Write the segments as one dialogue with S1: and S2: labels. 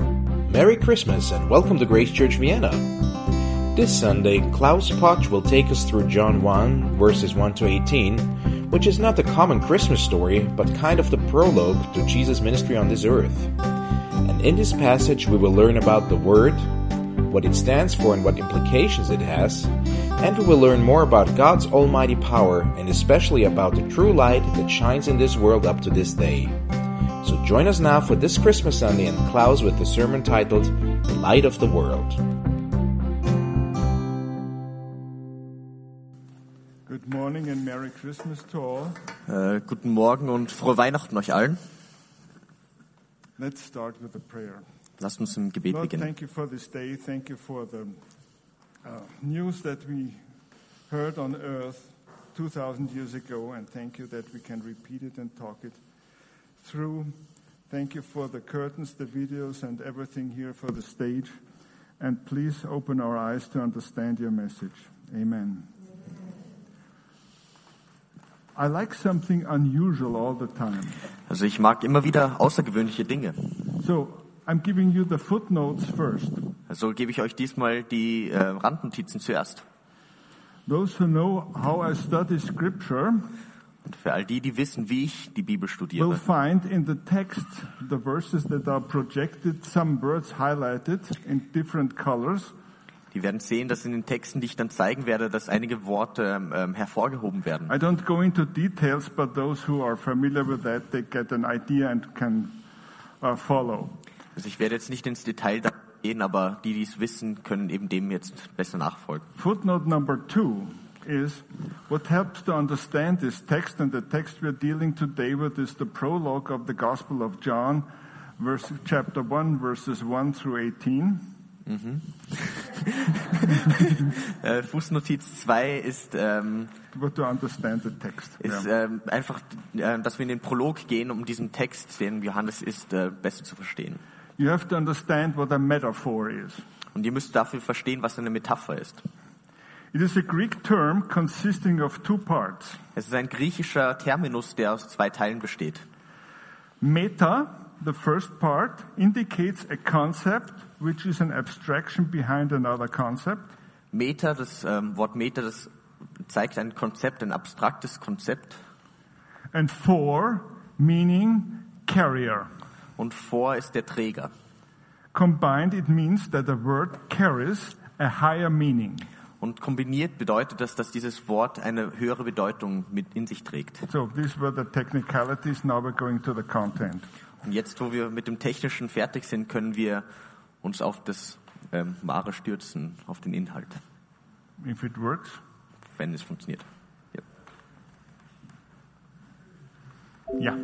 S1: Merry Christmas and welcome to Grace Church Vienna. This Sunday, Klaus Potch will take us through John 1, verses 1 to 18, which is not the common Christmas story, but kind of the prologue to Jesus' ministry on this earth. And in this passage, we will learn about the Word, what it stands for and what implications it has, and we will learn more about God's almighty power and especially about the true light that shines in this world up to this day. So join us now for this Christmas Sunday and Klaus with the sermon titled The Light of the World.
S2: Good morning and Merry Christmas to all.
S3: Äh, guten Morgen und frohe Weihnachten euch allen.
S2: Let's start with a prayer.
S3: Lasst uns im Gebet
S2: Lord,
S3: beginnen.
S2: thank you for this day. Thank you for the uh, news that we heard on earth 2,000 years ago, and thank you that we can repeat it and talk it through. Thank you for the curtains, the videos, and everything here for the stage. And please open our eyes to understand your message. Amen. I like something unusual all the time.
S3: Also ich mag immer wieder außergewöhnliche Dinge.
S2: So I'm giving you the footnotes first.
S3: Also gebe ich euch diesmal die äh, Randnotizen zuerst.
S2: Those who know how I study scripture
S3: Und für all die, die wissen, wie ich die
S2: will
S3: Bibel studiere,
S2: find in the text the verses that are projected, some words highlighted in different colors.
S3: die werden sehen, dass in den Texten, die ich dann zeigen werde, dass einige Worte ähm, ähm, hervorgehoben werden.
S2: I don't go into details, but those who are familiar with that, they get an idea and can uh, follow.
S3: Also ich werde jetzt nicht ins Detail da gehen, aber die, die es wissen, können eben dem jetzt besser nachfolgen.
S2: Footnote number two is what helps to understand this text, and the text we're dealing today with is the prologue of the Gospel of John, verse, chapter 1, verses 1 through 18.
S3: Äh, Fußnotiz 2 ist, ähm,
S2: But to understand the text.
S3: ist
S2: Yeah.
S3: ähm, einfach, äh, dass wir in den Prolog gehen, um diesen Text, den Johannes ist, äh, besser zu verstehen.
S2: You have to understand what a metaphor is.
S3: Und ihr müsst dafür verstehen, was eine Metapher ist.
S2: It is a Greek term consisting of two parts.
S3: Es ist ein griechischer Terminus, der aus zwei Teilen besteht.
S2: Meta, the first part, indicates a concept which is an abstraction behind another concept.
S3: Meta, das ähm, Wort Meta, das zeigt ein Konzept, ein abstraktes Konzept.
S2: And for, meaning carrier.
S3: Und vor ist der Träger.
S2: Combined, it means that the word carries a higher meaning.
S3: Und kombiniert bedeutet das, dass dieses Wort eine höhere Bedeutung mit in sich trägt.
S2: So these were the technicalities. Now we're going to the content.
S3: Und jetzt, wo wir mit dem Technischen fertig sind, können wir uns auf das ähm, Wahre stürzen, auf den Inhalt,
S2: If it works.
S3: wenn es funktioniert. Ja.
S2: Yeah.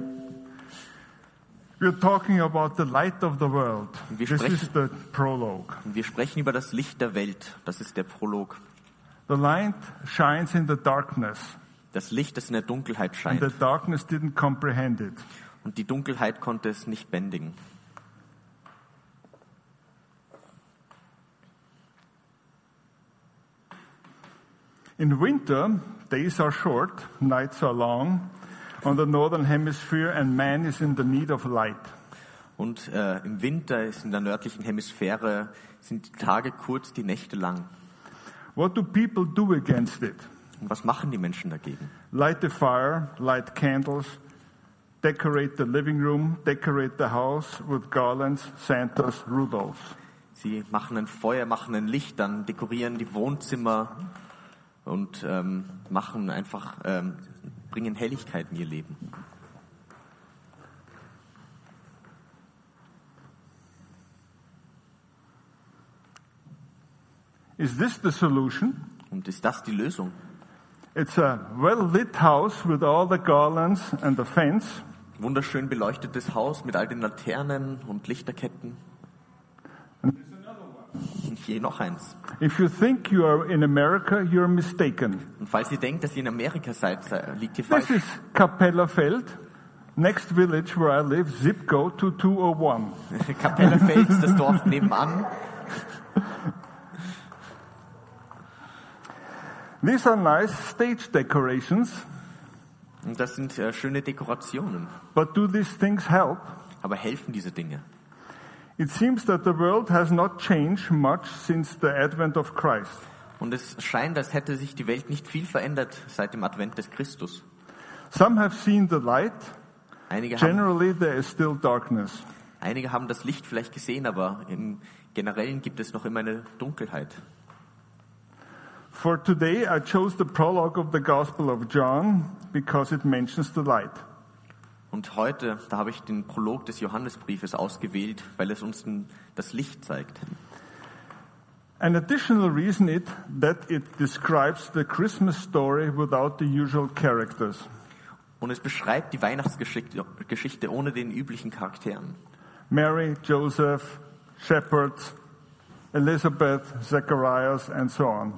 S2: We're talking about the light of the world.
S3: Wir
S2: This
S3: sprechen-
S2: is the prologue.
S3: Und wir sprechen über das Licht der Welt. Das ist der Prolog.
S2: The light shines in the darkness,
S3: Das Licht, das in der Dunkelheit
S2: and
S3: scheint.
S2: the darkness didn't comprehend it.
S3: Und die Dunkelheit konnte es nicht bändigen.
S2: In winter, days are short, nights are long on the northern hemisphere, and man is in the need of light.
S3: Und äh, im Winter ist in der nördlichen Hemisphäre sind die Tage kurz, die Nächte lang.
S2: What do people do against it?
S3: Und was machen die Menschen dagegen?
S2: Light the fire, light candles, decorate the living room, decorate the house with garlands, Santas, Rudolphs.
S3: Sie machen ein Feuer, machen ein Licht, dann dekorieren die Wohnzimmer und ähm, machen einfach ähm, bringen Helligkeit in ihr Leben.
S2: Is this the solution?
S3: Und ist das die Lösung?
S2: It's a well lit house with all the garlands and the fence,
S3: Wunderschön beleuchtetes Haus mit all den Laternen und Lichterketten. Und hier noch eins.
S2: If you think you are in America, you're mistaken.
S3: Und falls ihr denkt, dass ihr in Amerika seid, sei- liegt ihr
S2: This
S3: falsch.
S2: is Kapellerfeld, next village where I live, zip code 2201.
S3: Kapellerfeld ist das Dorf nebenan.
S2: These are nice stage decorations,
S3: Und das sind äh, schöne Dekorationen.
S2: but do these things help?
S3: Aber helfen diese Dinge?
S2: It seems that the world has not changed much since the advent of Christ.
S3: Und es scheint, als hätte sich die Welt nicht viel verändert seit dem Advent des Christus.
S2: Some have seen the light.
S3: Einige haben,
S2: Generally, there is still darkness.
S3: einige haben das Licht vielleicht gesehen, aber im Generellen gibt es noch immer eine Dunkelheit.
S2: For today, I chose the prologue of the Gospel of John because it mentions the light.
S3: Und heute, da habe ich den Prolog des Johannesbriefes ausgewählt, weil es uns n- das Licht zeigt.
S2: An additional reason it that it describes the Christmas story without the usual characters.
S3: Und es beschreibt die Weihnachtsgeschichte Geschichte ohne den üblichen Charakteren.
S2: Mary, Joseph, shepherds, Elizabeth, Zacharias, and so on.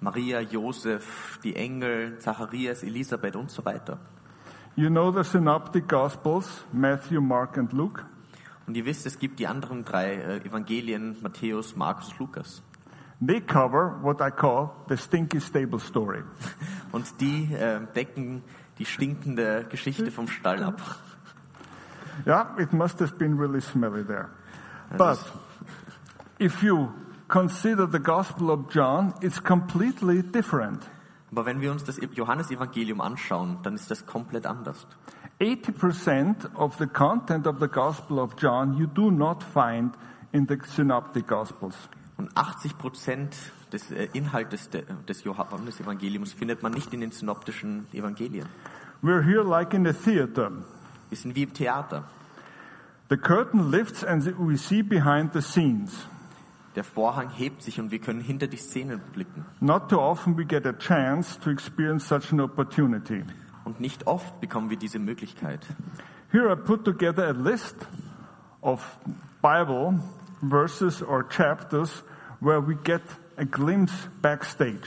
S3: Maria, Josef, die Engel, Zacharias, Elisabeth und so weiter.
S2: You know the synoptic gospels, Matthew, Mark, and Luke.
S3: Und ihr wisst, es gibt die anderen drei äh, Evangelien, Matthäus, Markus, Lukas.
S2: They cover what I call the stinky stable story.
S3: Und die äh, decken die stinkende Geschichte vom Stall ab.
S2: Yeah, it must have been really smelly there. But if you consider the Gospel of John, it's completely different.
S3: Aber wenn wir uns das Johannesevangelium anschauen, dann ist das komplett anders.
S2: 80% of the content of the Gospel of John you do not find in the synoptic Gospels.
S3: Und 80 Prozent des äh, Inhaltes de, des Johannesevangeliums findet man nicht in den synoptischen Evangelien.
S2: We're here like in a theater.
S3: Wir sind wie im Theater.
S2: The curtain lifts and we see behind the scenes.
S3: Der Vorhang hebt sich und wir können hinter die Szenen blicken.
S2: Not too often we get a chance to experience such an opportunity.
S3: Und nicht oft bekommen wir diese Möglichkeit.
S2: Here I put together a list of Bible verses or chapters where we get a glimpse backstage.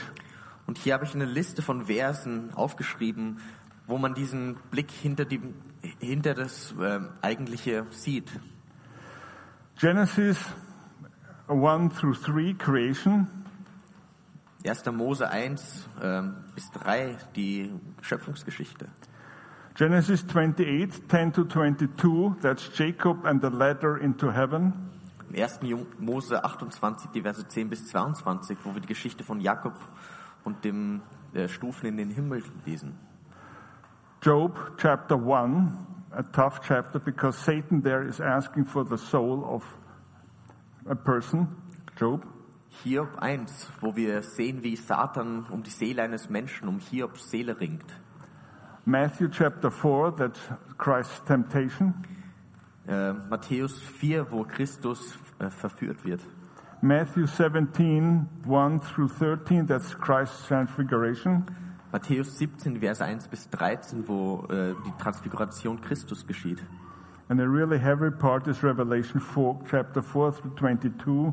S3: Und hier habe ich eine Liste von Versen aufgeschrieben, wo man diesen Blick hinter, die, hinter das ähm, Eigentliche sieht.
S2: Genesis 1 through 3, creation.
S3: 1. Mose 1 ähm, bis 3, die Schöpfungsgeschichte.
S2: Genesis 28, 10 to 22, that's Jacob and the ladder into heaven.
S3: Im 1. Ju- Mose 28, die Verse 10 bis 22, wo wir die Geschichte von Jakob und dem äh, Stufen in den Himmel lesen.
S2: Job chapter 1, a tough chapter because Satan there is asking for the soul of a person, Job.
S3: Hiob 1, wo wir sehen, wie Satan um die Seele eines Menschen, um Hiobs Seele ringt.
S2: Matthew chapter 4, that's Christ's temptation.
S3: Äh, Matthäus 4, wo Christus äh, verführt wird.
S2: Matthew 17, 1 through 13, that's Christ's transfiguration.
S3: Matthäus 17, Verse 1 bis 13, wo äh, die Transfiguration Christus geschieht.
S2: And a really heavy part is Revelation 4, chapter 4 through 22.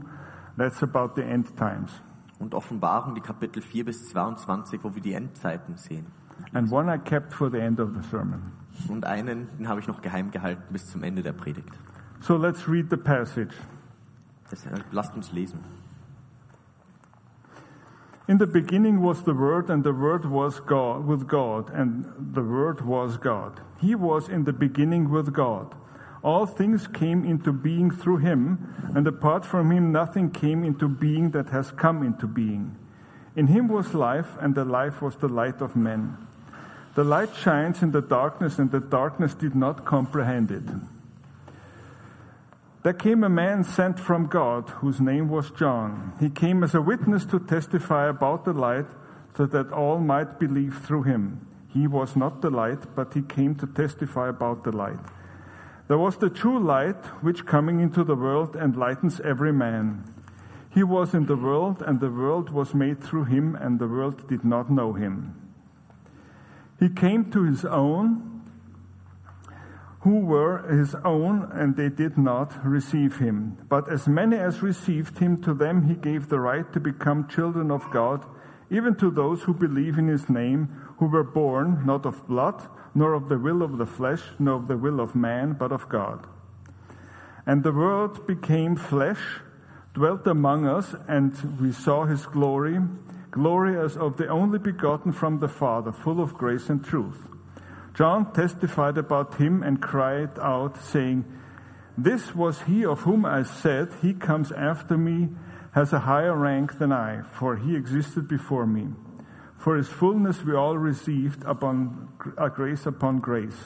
S2: That's about the end times.
S3: Und Offenbarung, die Kapitel 4 bis 22, wo wir die Endzeiten sehen.
S2: And one I kept for the end of the sermon.
S3: Und einen, den habe ich noch geheim gehalten bis zum Ende der Predigt.
S2: So let's read the passage.
S3: Deshalb äh, lasst uns lesen.
S2: In the beginning was the Word, and the Word was God with God, and the Word was God. He was in the beginning with God. All things came into being through him, and apart from him nothing came into being that has come into being. In him was life, and the life was the light of men. The light shines in the darkness, and the darkness did not comprehend it. There came a man sent from God, whose name was John. He came as a witness to testify about the light, so that all might believe through him. He was not the light, but he came to testify about the light. There was the true light, which coming into the world enlightens every man. He was in the world, and the world was made through him, and the world did not know him. He came to his own, who were his own, and they did not receive him. But as many as received him, to them he gave the right to become children of God, even to those who believe in his name, who were born not of blood, nor of the will of the flesh, nor of the will of man, but of God. And the Word became flesh, dwelt among us, and we saw his glory, glory as of the only begotten from the Father, full of grace and truth. John testified about him and cried out, saying, This was he of whom I said, He comes after me, has a higher rank than I, for he existed before me. For his fullness we all received upon uh, grace upon grace.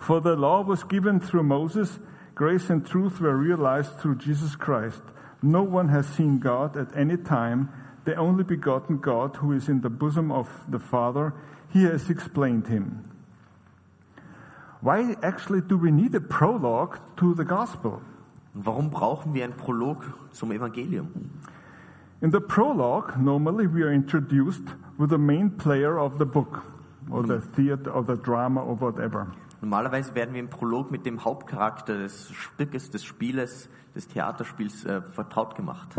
S2: For the law was given through Moses, grace and truth were realized through Jesus Christ. No one has seen God at any time, the only begotten God who is in the bosom of the Father, he has explained him why actually do we need a prologue to the gospel?
S3: Und warum brauchen wir einen Prolog zum Evangelium?
S2: In the prologue, normally we are introduced with the main player of the book, or the theater, or the drama, or whatever.
S3: Normalerweise werden wir im Prolog mit dem Hauptcharakter des Stückes, des Spieles, des Theaterspiels äh, vertraut gemacht.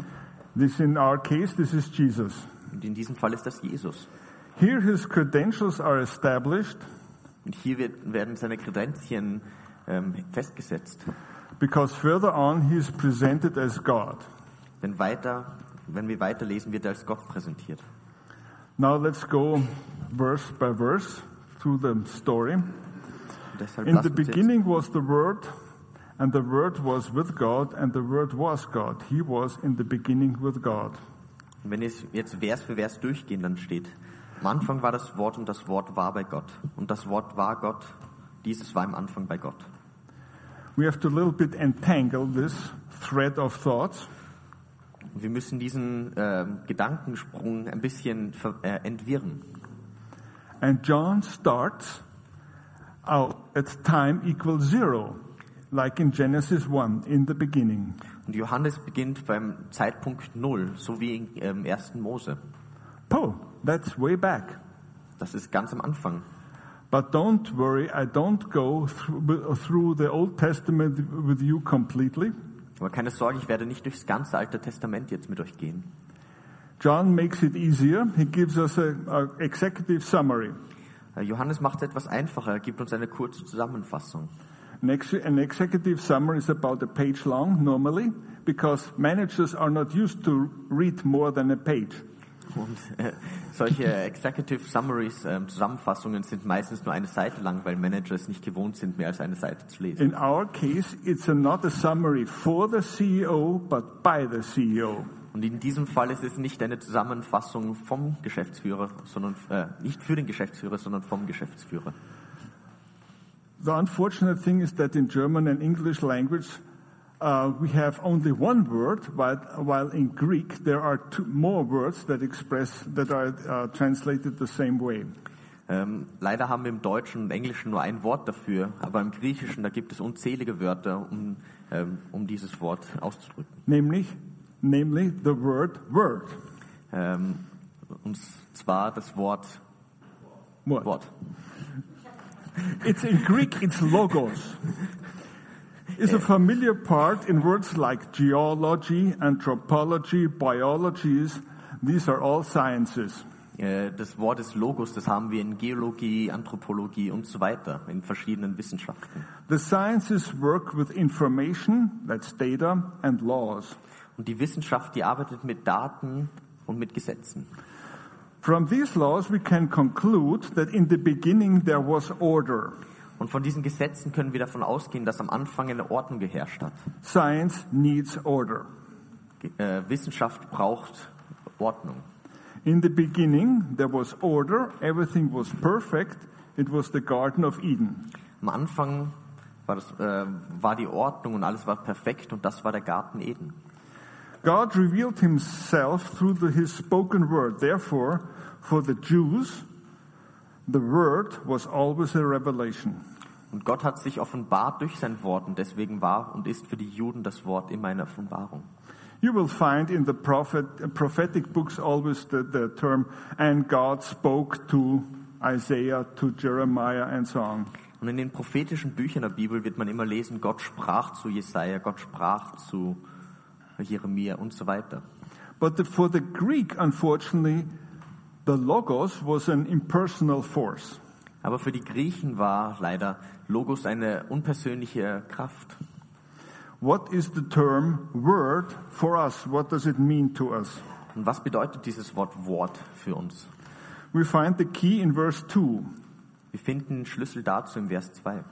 S2: This, in our case, this is Jesus.
S3: Und in diesem Fall ist das Jesus.
S2: Here his credentials are established
S3: Und hier wird, werden seine Kredenzien ähm, festgesetzt.
S2: because further on he is presented as God.
S3: Denn weiter, wenn wir weiterlesen, wird er als Gott präsentiert.
S2: Now let's go verse by verse through the story.
S3: Und deshalb
S2: In
S3: lasst
S2: the
S3: uns jetzt-
S2: beginning was the Word, and the Word was with God, and the Word was God. He was in the beginning with God.
S3: Und Wenn es jetzt Vers für Vers durchgehen, dann steht, am Anfang war das Wort und das Wort war bei Gott. Und das Wort war Gott. Dieses war im Anfang bei Gott.
S2: We have to a little bit entangle this thread of thoughts
S3: Und wir müssen diesen ähm, Gedankensprung ein bisschen ver äh, entwirren.
S2: And John starts out at time equals zero, like in Genesis 1, in the beginning.
S3: Und Johannes beginnt beim Zeitpunkt Null, so wie im ähm, 1. Mose.
S2: Oh, that's way back.
S3: Das ist ganz am Anfang.
S2: But don't worry, I don't go through, through the Old Testament with you completely.
S3: Aber keine Sorge, ich werde nicht durchs ganze Alte Testament jetzt mit euch gehen.
S2: John makes it easier. He gives us an executive summary,
S3: Äh, Johannes macht es etwas einfacher, er gibt uns eine kurze Zusammenfassung.
S2: an, ex- an executive summary is about a page long normally because managers are not used to read more than a page.
S3: Und äh, solche Executive Summaries, ähm, Zusammenfassungen sind meistens nur eine Seite lang, weil Manager es nicht gewohnt sind, mehr als eine Seite zu lesen.
S2: In our case, it's a, not a summary for the CEO, but by the E CEO.
S3: Und in diesem Fall ist es nicht eine Zusammenfassung vom Geschäftsführer, sondern äh, nicht für den Geschäftsführer, sondern vom Geschäftsführer.
S2: The unfortunate thing is that in German and English language, uh, we have only one word, while, while in Greek there are two more words that express that are uh, translated the same way.
S3: Ähm, leider haben wir im Deutschen und Englischen nur ein Wort dafür, aber im Griechischen da gibt es unzählige Wörter, um, ähm, um dieses Wort auszudrücken.
S2: namely, namely the word word.
S3: Ähm, und zwar das Wort
S2: Word.
S3: Wort.
S2: It's in Greek, it's logos. It's a familiar part in words like geology, anthropology, biologies. These are all sciences.
S3: Äh, Das Wort des Logos, das haben wir in Geologie, Anthropologie und so weiter, in verschiedenen Wissenschaften.
S2: The sciences work with information, that's data, and laws.
S3: Und die Wissenschaft, die arbeitet mit Daten und mit Gesetzen.
S2: From these laws, we can conclude that in the beginning there was order.
S3: Und von diesen Gesetzen können wir davon ausgehen, dass am Anfang eine Ordnung geherrscht hat.
S2: Science needs order.
S3: Ge- äh, Wissenschaft braucht Ordnung.
S2: In the beginning, there was order, everything was perfect. It was the Garden of Eden.
S3: Am Anfang war, das, äh, war die Ordnung und alles war perfekt und das war der Garten Eden.
S2: God revealed himself through the, his spoken word. Therefore, for the Jews, the word was always a revelation.
S3: Und Gott hat sich offenbart durch sein Wort und deswegen war und ist für die Juden das Wort immer eine Offenbarung.
S2: You will find in the prophet, prophetic books always the, the term, and God spoke to Isaiah, to Jeremiah, and so on.
S3: Und in den prophetischen Büchern der Bibel wird man immer lesen, Gott sprach zu Jesaja, Gott sprach zu Jeremia und so weiter.
S2: But the, for the Greek, unfortunately, the Logos was an impersonal force.
S3: Aber für die Griechen war leider Logos eine unpersönliche Kraft.
S2: What is the term word for us? What does it mean to us?
S3: Und was bedeutet dieses Wort Wort für uns?
S2: We find the key in verse 2.
S3: Wir finden den Schlüssel dazu im Vers 2.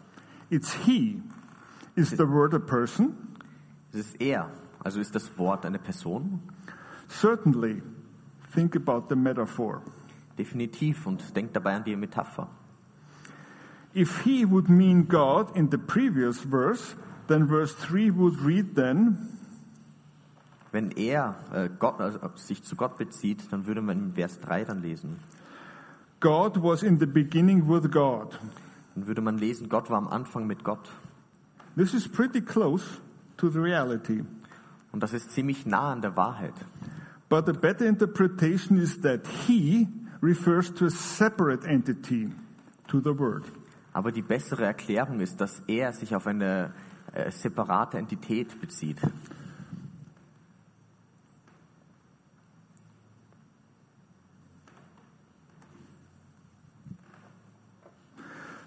S2: It's He. Is the word a person?
S3: Es ist er. Also ist das Wort eine Person?
S2: Certainly. Think about the metaphor.
S3: Definitiv. Und denkt dabei an die Metapher.
S2: If he would mean God in the previous verse, then verse 3 would read then,
S3: Wenn er äh, Gott, also ob es sich zu Gott bezieht, dann würde man in Vers 3 dann lesen.
S2: God was in the beginning with God.
S3: Dann würde man lesen, Gott war am Anfang mit Gott.
S2: This is pretty close to the reality.
S3: Und das ist ziemlich nah an der Wahrheit.
S2: But a better interpretation is that he refers to a separate entity to the word.
S3: Aber die bessere Erklärung ist, dass er sich auf eine äh, separate Entität bezieht.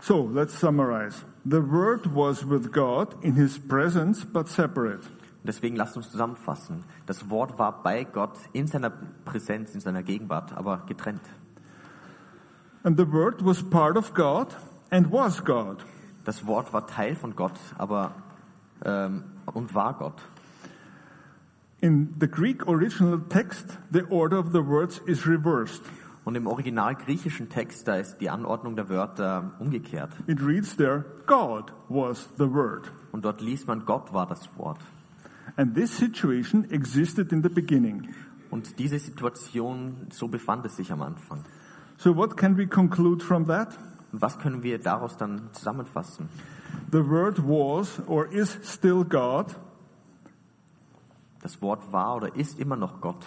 S2: So let's summarize. The word was with God in his presence but separate.
S3: Deswegen lasst uns zusammenfassen. Das Wort war bei Gott in seiner Präsenz, in seiner Gegenwart, aber getrennt.
S2: And the word was part of God and was God.
S3: Das Wort war Teil von Gott, aber ähm, und war Gott.
S2: In the Greek original text, the order of the words is reversed.
S3: Und im original griechischen Text, da ist die Anordnung der Wörter umgekehrt.
S2: It reads there, God was the word.
S3: Und dort liest man, Gott war das Wort.
S2: And this situation existed in the beginning.
S3: Und diese Situation, so befand es sich am Anfang.
S2: So what can we conclude from that?
S3: Und was können wir daraus dann zusammenfassen?
S2: The word was or is still God,
S3: Das Wort war oder ist immer noch Gott,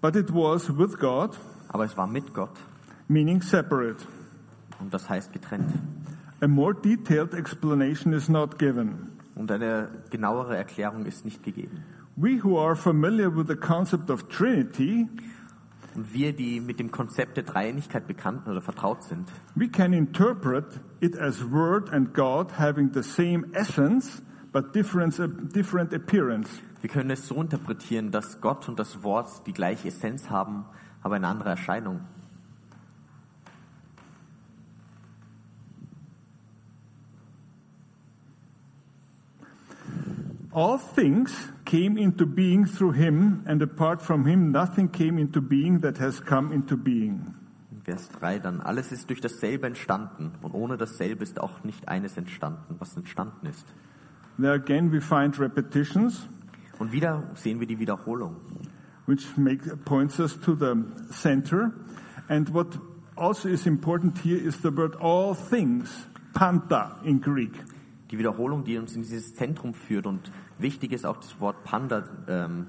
S2: but it was with God,
S3: aber es war mit Gott
S2: meaning separate.
S3: und das heißt getrennt.
S2: A more detailed explanation is not given.
S3: Und eine genauere Erklärung ist nicht gegeben.
S2: We who are familiar with the concept of Trinity,
S3: Und wir, die mit dem Konzept der Dreieinigkeit bekannt oder vertraut sind,
S2: we can interpret it as Word and God having the same essence but different, different appearance.
S3: wir können es so interpretieren, dass Gott und das Wort die gleiche Essenz haben, aber eine andere Erscheinung.
S2: All things came into being through Him, and apart from Him, nothing came into being that has come into being.
S3: Vers 3 dann. Alles ist durch dasselbe entstanden und ohne dasselbe ist auch nicht eines entstanden, was entstanden ist.
S2: There again we find repetitions,
S3: Und wieder sehen wir die Wiederholung.
S2: which make, points us to the center. And what also is important here is the word all things, panta in Greek.
S3: Die Wiederholung, die uns in dieses Zentrum führt und wichtig ist auch das Wort Panda, ähm,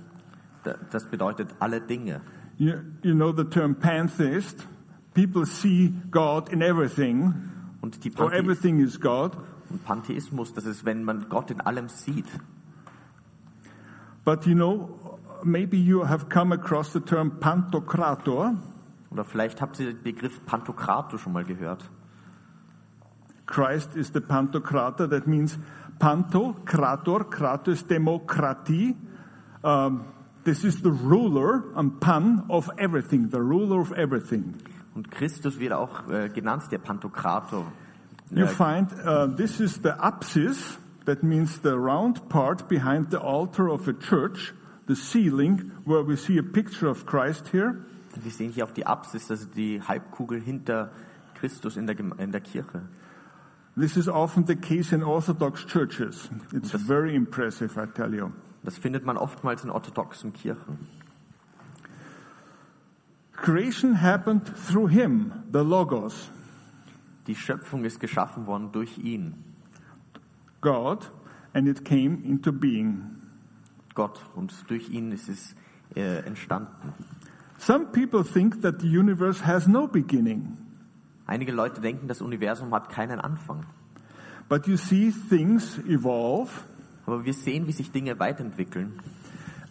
S3: da- das bedeutet alle Dinge.
S2: You, you know the term pantheist. People see God in everything,
S3: Und die
S2: or
S3: Panthe
S2: everything is God.
S3: und Pantheismus, das ist, wenn man Gott in allem sieht.
S2: But you know, maybe you have come across the term pantokrator.
S3: Oder vielleicht habt ihr den Begriff Pantokrator schon mal gehört.
S2: Christ is the pantokrator. That means panto, krator, kratos, demokrati. Um, this is the ruler and pan of everything, the ruler of everything.
S3: Und Christus wird auch äh, genannt, der Pantokrator.
S2: You
S3: Äh,
S2: find uh, this is the apsis, that means the round part behind the altar of a church, the ceiling, where we see a picture of Christ here.
S3: wir sehen hier auch die Apsis, also die Halbkugel hinter Christus in der, Gem- in der Kirche.
S2: This is often the case in Orthodox churches. It's very impressive, I tell you.
S3: Das findet man oftmals in orthodoxen Kirchen.
S2: Creation happened through him, the Logos.
S3: Die Schöpfung ist geschaffen worden durch ihn,
S2: God and it came into being.
S3: Gott. Und durch ihn ist es äh, entstanden.
S2: Some people think that the universe has no beginning,
S3: Einige Leute denken, das Universum hat keinen Anfang.
S2: but you see things evolve
S3: Aber wir sehen, wie sich Dinge weiterentwickeln.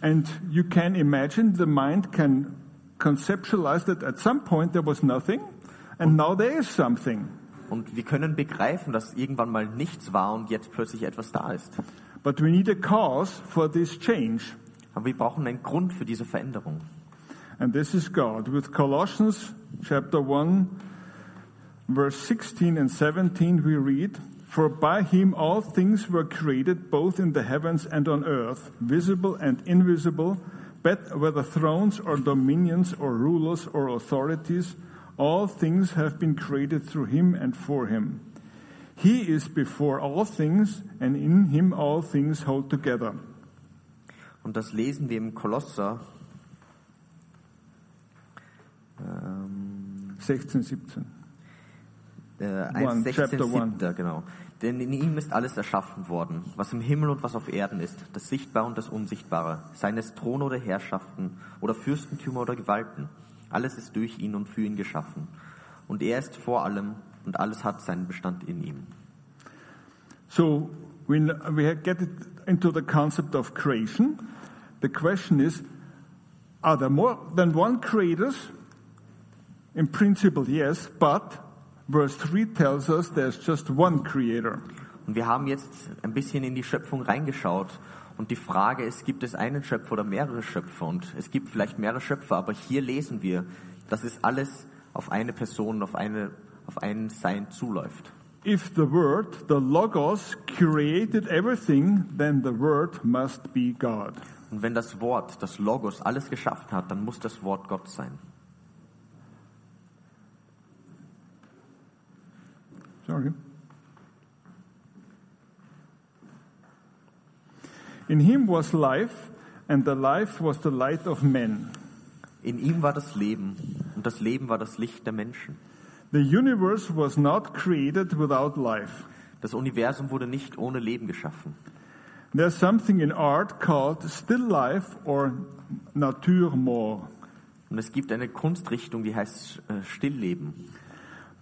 S2: and you can imagine the mind can conceptualize that at some point there was nothing and now there is something.
S3: Und wir können begreifen, dass irgendwann mal nichts war und jetzt plötzlich etwas da ist.
S2: But we need a cause for this change.
S3: Aber wir brauchen einen Grund für diese Veränderung.
S2: And this is God. With Colossians chapter 1 verse 16 and 17 we read, For by him all things were created, both in the heavens and on earth, visible and invisible, but whether thrones or dominions or rulers or authorities, all things have been created through him and for him. He is before all things, and in him all things hold together.
S3: Und das lesen wir im Kolosser. Ähm,
S2: 16, 17.
S3: äh, 1,
S2: One,
S3: 16,
S2: chapter one.
S3: siebter, genau. Denn in ihm ist alles erschaffen worden, was im Himmel und was auf Erden ist, das Sichtbare und das Unsichtbare, seien es Throne oder Herrschaften oder Fürstentümer oder Gewalten. Alles ist durch ihn und für ihn geschaffen. Und er ist vor allem und alles hat seinen Bestand in ihm.
S2: So we, we have get it into the concept of creation. The question is, are there more than one creators? In principle, yes, but verse 3 tells us there's just one creator.
S3: Und wir haben jetzt ein bisschen in die Schöpfung reingeschaut. Und die Frage ist, gibt es einen Schöpfer oder mehrere Schöpfer? Und es gibt vielleicht mehrere Schöpfer, aber hier lesen wir, dass es alles auf eine Person, auf, eine, auf ein Sein zuläuft.
S2: If the Word, the Logos, created everything, then the Word must be God.
S3: Und wenn das Wort, das Logos, alles geschaffen hat, dann muss das Wort Gott sein.
S2: Sorry. In him was life, and the life was the light of men.
S3: In ihm war das Leben und das Leben war das Licht der Menschen.
S2: The universe was not created without life.
S3: Das Universum wurde nicht ohne Leben geschaffen.
S2: There's something in art called still life or naturmort.
S3: Und es gibt eine Kunstrichtung, die heißt äh, Stillleben.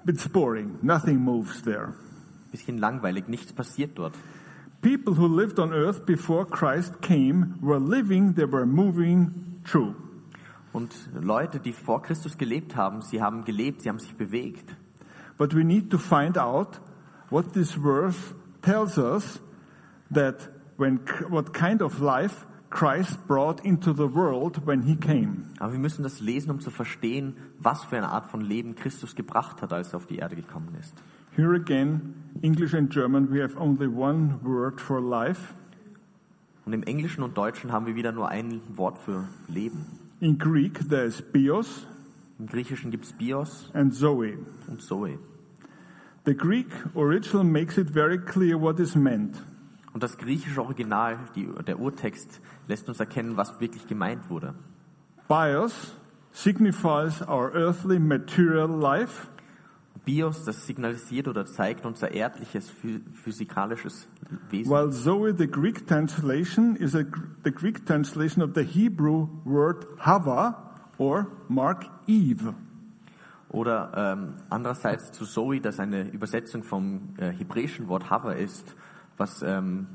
S2: It's boring, nothing moves there.
S3: Bisschen langweilig, nichts passiert dort.
S2: People who lived on earth before Christ came were living, they were moving, true.
S3: Und Leute, die vor Christus gelebt haben, sie haben gelebt, sie haben sich bewegt.
S2: But we need to find out what this verse tells us that when what kind of life Christ brought into the world when he came.
S3: Aber wir müssen das lesen, um zu verstehen, was für eine Art von Leben Christus gebracht hat, als er auf die Erde gekommen ist.
S2: Here again, English and German, we have only one word for life.
S3: Und im Englischen und Deutschen haben wir wieder nur ein Wort für Leben.
S2: In Greek, there is bios
S3: Im Griechischen gibt's Bios
S2: and zoe.
S3: und Zoe.
S2: The Greek original makes it very clear what is meant.
S3: Und das griechische Original, die, der Urtext, lässt uns erkennen, was wirklich gemeint wurde.
S2: Bios signifies our earthly material life,
S3: Bios, das signalisiert oder zeigt unser erdliches, phy- physikalisches Wesen.
S2: while Zoe, the Greek translation, is a, Gr- the Greek translation of the Hebrew word hava or mark Eve.
S3: Oder ähm, andererseits zu Zoe, das eine Übersetzung vom äh, hebräischen Wort Hava ist, was ähm,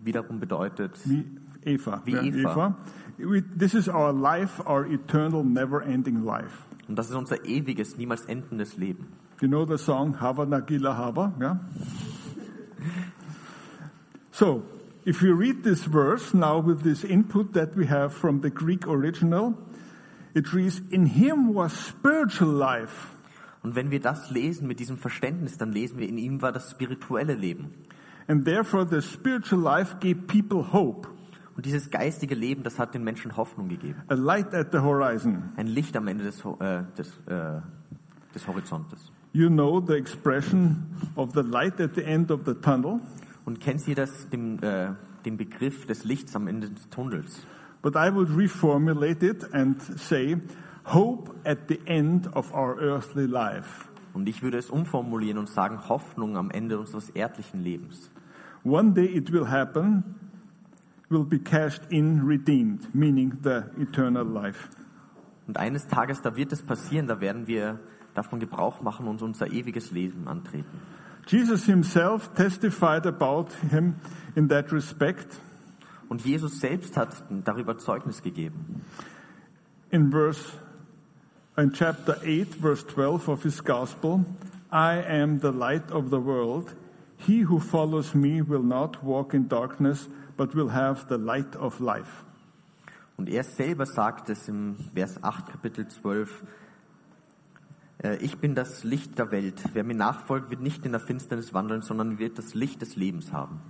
S3: wiederum bedeutet,
S2: Wie Eva.
S3: Wie
S2: Yeah,
S3: Eva.
S2: Eva. We, this is our life, our eternal, never ending life.
S3: und das ist unser ewiges, niemals endendes Leben.
S2: You know the song Hava Nagila Hava, yeah? so, if we read this verse now with this input that we have from the Greek original, it reads, In him was spiritual life,
S3: Und wenn wir das lesen mit diesem Verständnis, dann lesen wir, in ihm war das spirituelle Leben.
S2: and therefore the spiritual life gave people hope,
S3: Und dieses geistige Leben, das hat den Menschen Hoffnung gegeben.
S2: a light at the horizon.
S3: Ein Licht am Ende des, Ho- äh, des, äh, des Horizontes.
S2: You know the expression of the light at the end of the tunnel,
S3: Und kennt ihr das, den, äh, den Begriff des Lichts am Ende des Tunnels?
S2: but I would reformulate it and say, Hope at the end of our earthly life.
S3: Und ich würde es umformulieren und sagen, Hoffnung am Ende unseres erdlichen Lebens.
S2: One day it will happen, will be cashed in, redeemed, meaning the eternal life.
S3: Und eines Tages, da wird es passieren, da werden wir davon Gebrauch machen und unser ewiges Leben antreten.
S2: Jesus himself testified about him in that respect
S3: Und Jesus selbst hat darüber Zeugnis gegeben.
S2: in verse in chapter 8 verse 12 of his gospel i am the light of the world he who follows me will not walk in darkness but will have the light of life
S3: Und er selber sagt es im Vers 8, Kapitel 12. äh, Äh, Ich bin das Licht der Welt. Wer mir nachfolgt, wird nicht in der Finsternis wandeln, sondern wird das Licht des Lebens haben.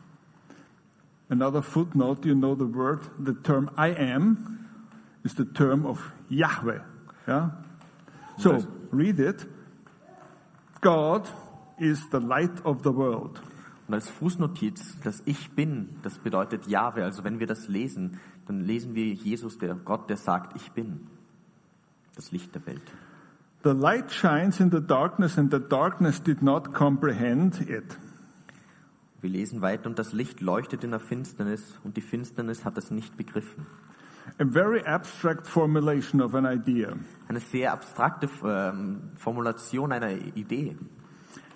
S2: Another footnote, you know the word, the term I am is the term of Yahweh. Yeah? So read it. God is the light of the world.
S3: Und als Fußnotiz, das Ich bin, das bedeutet Jahwe. Also wenn wir das lesen, dann lesen wir Jesus, der Gott, der sagt, ich bin. Das Licht der Welt.
S2: The light shines in the darkness, and the darkness did not comprehend it.
S3: Wir lesen weiter und das Licht leuchtet in der Finsternis und die Finsternis hat es nicht begriffen.
S2: A very abstract formulation of an idea.
S3: Eine sehr abstrakte ähm, Formulation einer Idee.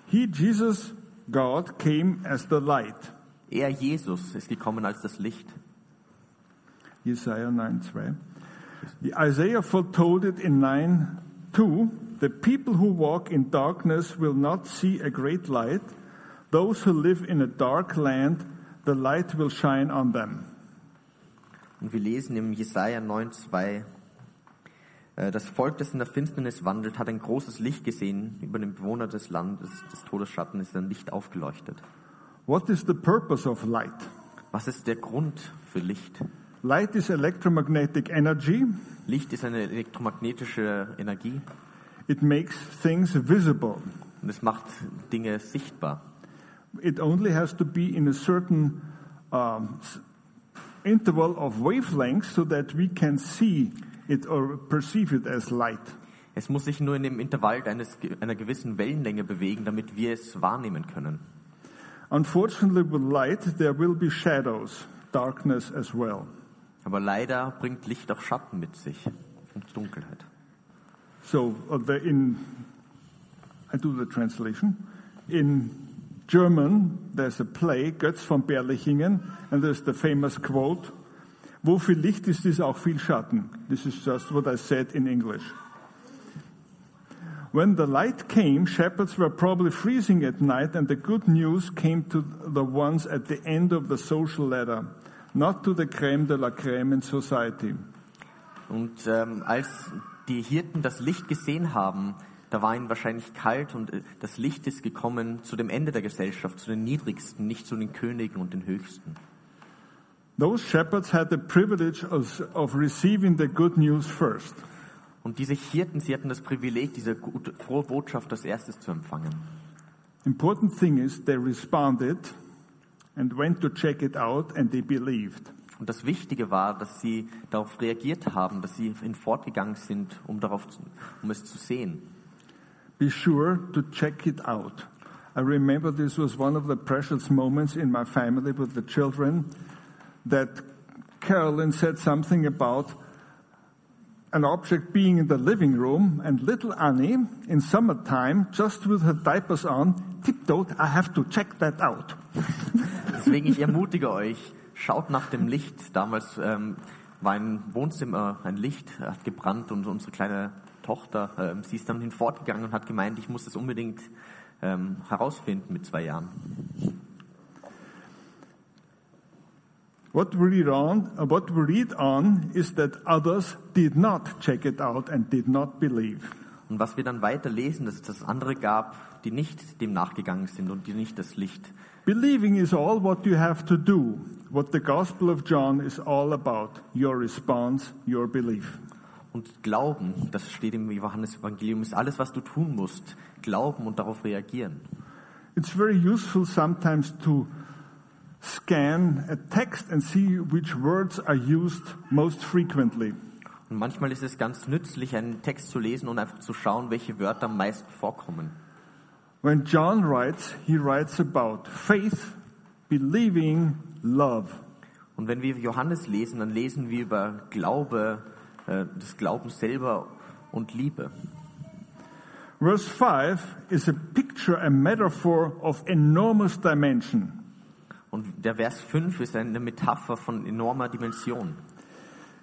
S2: He, Jesus, God, came as the light.
S3: Er, Jesus, ist gekommen als das Licht.
S2: Isaiah 9:2. The Isaiah foretold it in 9:2. The people who walk in darkness will not see a great light. Those who live in a dark land, the light will shine on them.
S3: Und wir lesen im Jesaja 9,2, äh, das Volk, das in der Finsternis wandelt, hat ein großes Licht gesehen. Über den Bewohner des Landes, des Todesschatten, ist ein Licht aufgeleuchtet.
S2: What is the purpose of light?
S3: Was ist der Grund für Licht?
S2: Light is electromagnetic energy.
S3: Licht ist eine elektromagnetische Energie
S2: It makes things visible.
S3: und es macht Dinge sichtbar.
S2: It only has to be in a certain um, s- interval of wavelength so that we can see it or perceive it as light.
S3: Es muss sich nur in dem Intervall eines, ge- einer gewissen Wellenlänge bewegen, damit wir es wahrnehmen können.
S2: Unfortunately, with light, there will be shadows, darkness as well.
S3: Aber leider bringt Licht auch Schatten mit sich und Dunkelheit.
S2: So, uh, the, in I do the translation. In German, there's a play, Götz von Berlichingen, and there's the famous quote, Wo viel Licht ist, ist auch viel Schatten. This is just what I said in English. When the light came, shepherds were probably freezing at night, and the good news came to the ones at the end of the social ladder, not to the creme de la creme in society.
S3: Und ähm, als die Hirten das Licht gesehen haben, da war ihnen wahrscheinlich kalt und äh, das Licht ist gekommen zu dem Ende der Gesellschaft, zu den Niedrigsten, nicht zu den Königen und den Höchsten.
S2: Those shepherds had the privilege of, of receiving the good news first.
S3: Und diese Hirten, sie hatten das Privileg, diese gute, frohe Botschaft als erstes zu empfangen.
S2: Important thing is they responded and went to check it out and they believed.
S3: Und das Wichtige war, dass sie darauf reagiert haben, dass sie hinfortgegangen sind, um, darauf zu, um es zu sehen.
S2: Be sure to check it out. I remember this was one of the precious moments in my family with the children that Carolyn said something about an object being in the living room and little Annie in summertime, just with her diapers on, tiptoed, I have to check that out.
S3: Deswegen, ich ermutige euch, schaut nach dem Licht. Damals ähm, war im Wohnzimmer ein Licht, hat gebrannt und unsere kleine Tochter, ähm, sie ist dann hinfortgegangen und hat gemeint, ich muss das unbedingt ähm, herausfinden mit zwei Jahren.
S2: What we read on, uh, what we read on is that others did not check it out and did not believe.
S3: Und was wir dann weiter lesen, dass es das andere gab, die nicht dem nachgegangen sind und die nicht das Licht.
S2: Believing is all what you have to do. What the Gospel of John is all about. Your response, your belief.
S3: Und Glauben, das steht im Johannesevangelium, ist alles, was du tun musst. Glauben und darauf reagieren.
S2: It's very useful sometimes to scan a text and see which words are used most frequently.
S3: Und manchmal ist es ganz nützlich, einen Text zu lesen und einfach zu schauen, welche Wörter am meisten vorkommen.
S2: When John writes, he writes about faith, believing, love.
S3: Und wenn wir Johannes lesen, dann lesen wir über Glaube, äh, das Glauben selber und Liebe.
S2: Verse 5 is a picture, a metaphor of enormous dimension.
S3: Und der Vers 5 ist eine Metapher von enormer Dimension.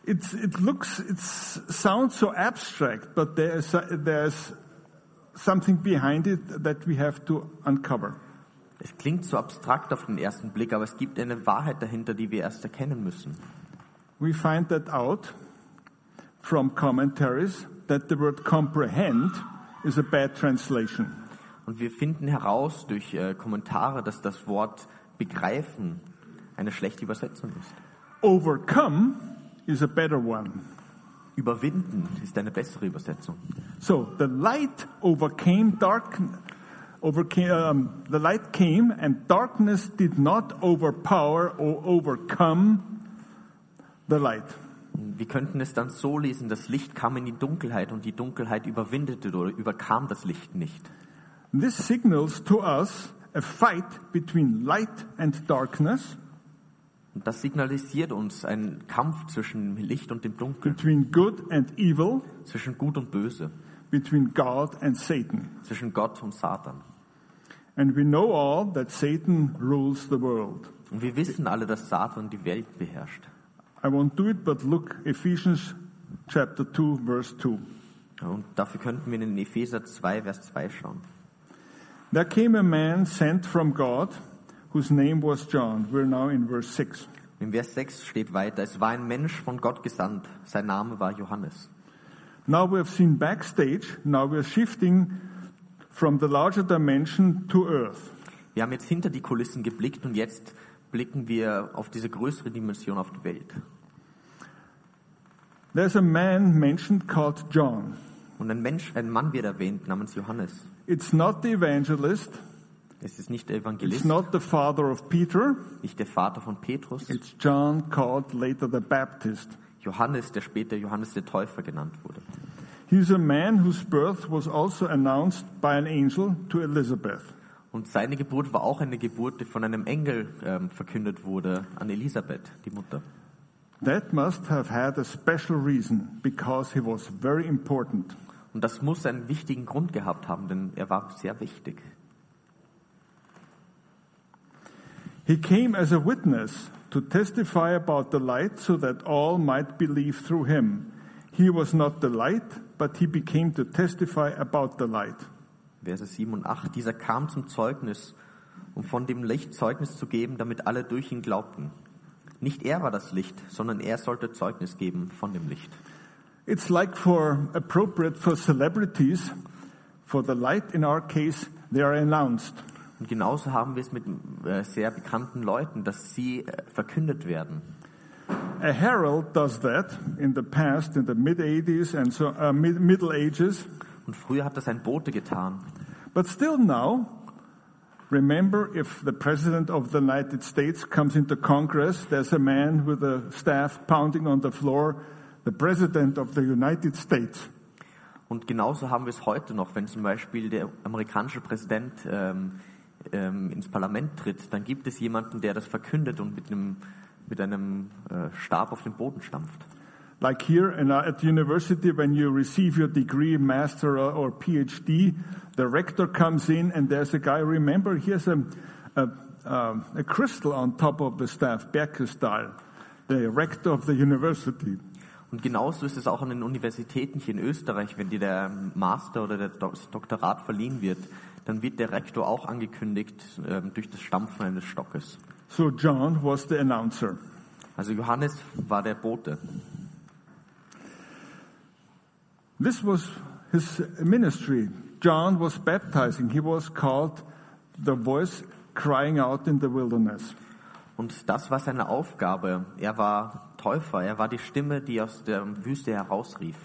S2: It's, it looks, it sounds so abstract, but there's, there's something behind it that we have to uncover.
S3: Es klingt so abstrakt auf den ersten Blick, aber es gibt eine Wahrheit dahinter, die wir erst erkennen müssen.
S2: We find that out from commentaries that the word comprehend is a bad translation.
S3: Und wir finden heraus durch äh, Kommentare, dass das Wort begreifen eine schlechte Übersetzung ist.
S2: Overcome is a better one.
S3: Überwinden ist eine bessere Übersetzung.
S2: So the light overcame dark, overcame, um, the light came and darkness did not overpower or overcome the light.
S3: Wir könnten es dann so lesen, das Licht kam in die Dunkelheit und die Dunkelheit überwindete oder überkam das Licht nicht.
S2: This signals to us a fight between light and darkness,
S3: Und das signalisiert uns einen Kampf zwischen Licht und dem Dunkel,
S2: between good and evil,
S3: zwischen Gut und Böse,
S2: between God and Satan.
S3: zwischen Gott und Satan.
S2: And we know all that Satan rules the world.
S3: Und wir wissen alle, dass Satan die Welt beherrscht.
S2: I won't do it, but look Ephesians chapter 2 verse 2.
S3: Und dafür könnten wir in Epheser 2, Vers 2 schauen.
S2: There came a man sent from God whose name was John. We're now in verse 6.
S3: Im Vers 6 steht weiter, es war ein Mensch von Gott gesandt, sein Name war Johannes.
S2: Now we have seen backstage, now we're shifting from the larger dimension to earth.
S3: Wir haben jetzt hinter die Kulissen geblickt und jetzt blicken wir auf diese größere Dimension auf die Welt.
S2: There's a man mentioned called John.
S3: Und ein Mensch, ein Mann wird erwähnt namens Johannes.
S2: It's not the evangelist,
S3: Es ist nicht der
S2: it's
S3: Evangelist,
S2: not the father of Peter,
S3: nicht der Vater von Petrus,
S2: it's John called later the Baptist.
S3: Johannes, der später Johannes der Täufer genannt wurde.
S2: He's a man whose birth was also announced by an angel to Elizabeth.
S3: Und seine Geburt war auch eine Geburt, die von einem Engel ähm, verkündet wurde an Elisabeth, die Mutter.
S2: That must have had a special reason because he was very important.
S3: Und das muss einen wichtigen Grund gehabt haben, denn er war sehr wichtig.
S2: He came as a witness to testify about the light so that all might believe through him. He was not the light, but he became to testify about the light.
S3: Verse 7 und 8. Dieser kam zum Zeugnis, um von dem Licht Zeugnis zu geben, damit alle durch ihn glaubten. Nicht er war das Licht, sondern er sollte Zeugnis geben von dem Licht.
S2: It's like for appropriate for celebrities, for the light in our case, they are announced.
S3: Und genauso haben wir es mit äh, sehr bekannten Leuten, dass sie äh, verkündet werden.
S2: A herald does that in the past, in the mid 80s and so uh, mid- Middle Ages.
S3: Und früher hat das ein Bote getan.
S2: But still now, remember if the President of the United States comes into Congress, there's a man with a staff pounding on the floor, the President of the United States.
S3: Und genauso haben wir es heute noch, wenn zum Beispiel der amerikanische Präsident ähm, ähm, ins Parlament tritt, dann gibt es jemanden, der das verkündet und mit einem, mit einem äh, Stab auf den Boden stampft.
S2: Like here and at university, when you receive your degree, master or- or PhD, the rector comes in and there's a guy, remember, he has a, a, um, a crystal on top of the staff, Berkristall, the rector of the university.
S3: Und genauso ist es auch an den Universitäten hier in Österreich, wenn dir der Master oder der Do- das Doktorat verliehen wird, dann wird der Rektor auch angekündigt ähm, durch das Stampfen eines Stockes.
S2: So John was the announcer.
S3: Also Johannes war der Bote.
S2: This was his ministry. John was baptizing. He was called the voice crying out in the wilderness.
S3: Und das war seine Aufgabe. Er war Täufer, er war die Stimme, die aus der Wüste herausrief.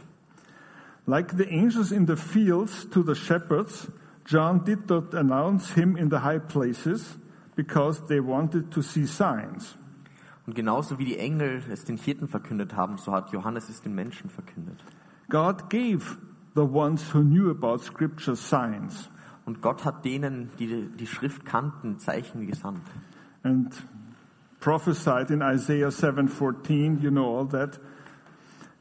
S2: Like the angels in the fields to the shepherds, John did not announce him in the high places because they wanted to see signs.
S3: Und genauso wie die Engel es den Hirten verkündet haben, so hat Johannes es den Menschen verkündet.
S2: God gave the ones who knew about scripture signs.
S3: Und Gott hat denen, die die Schrift kannten, Zeichen gesandt.
S2: and prophesied in Isaiah 7:14, you know all that.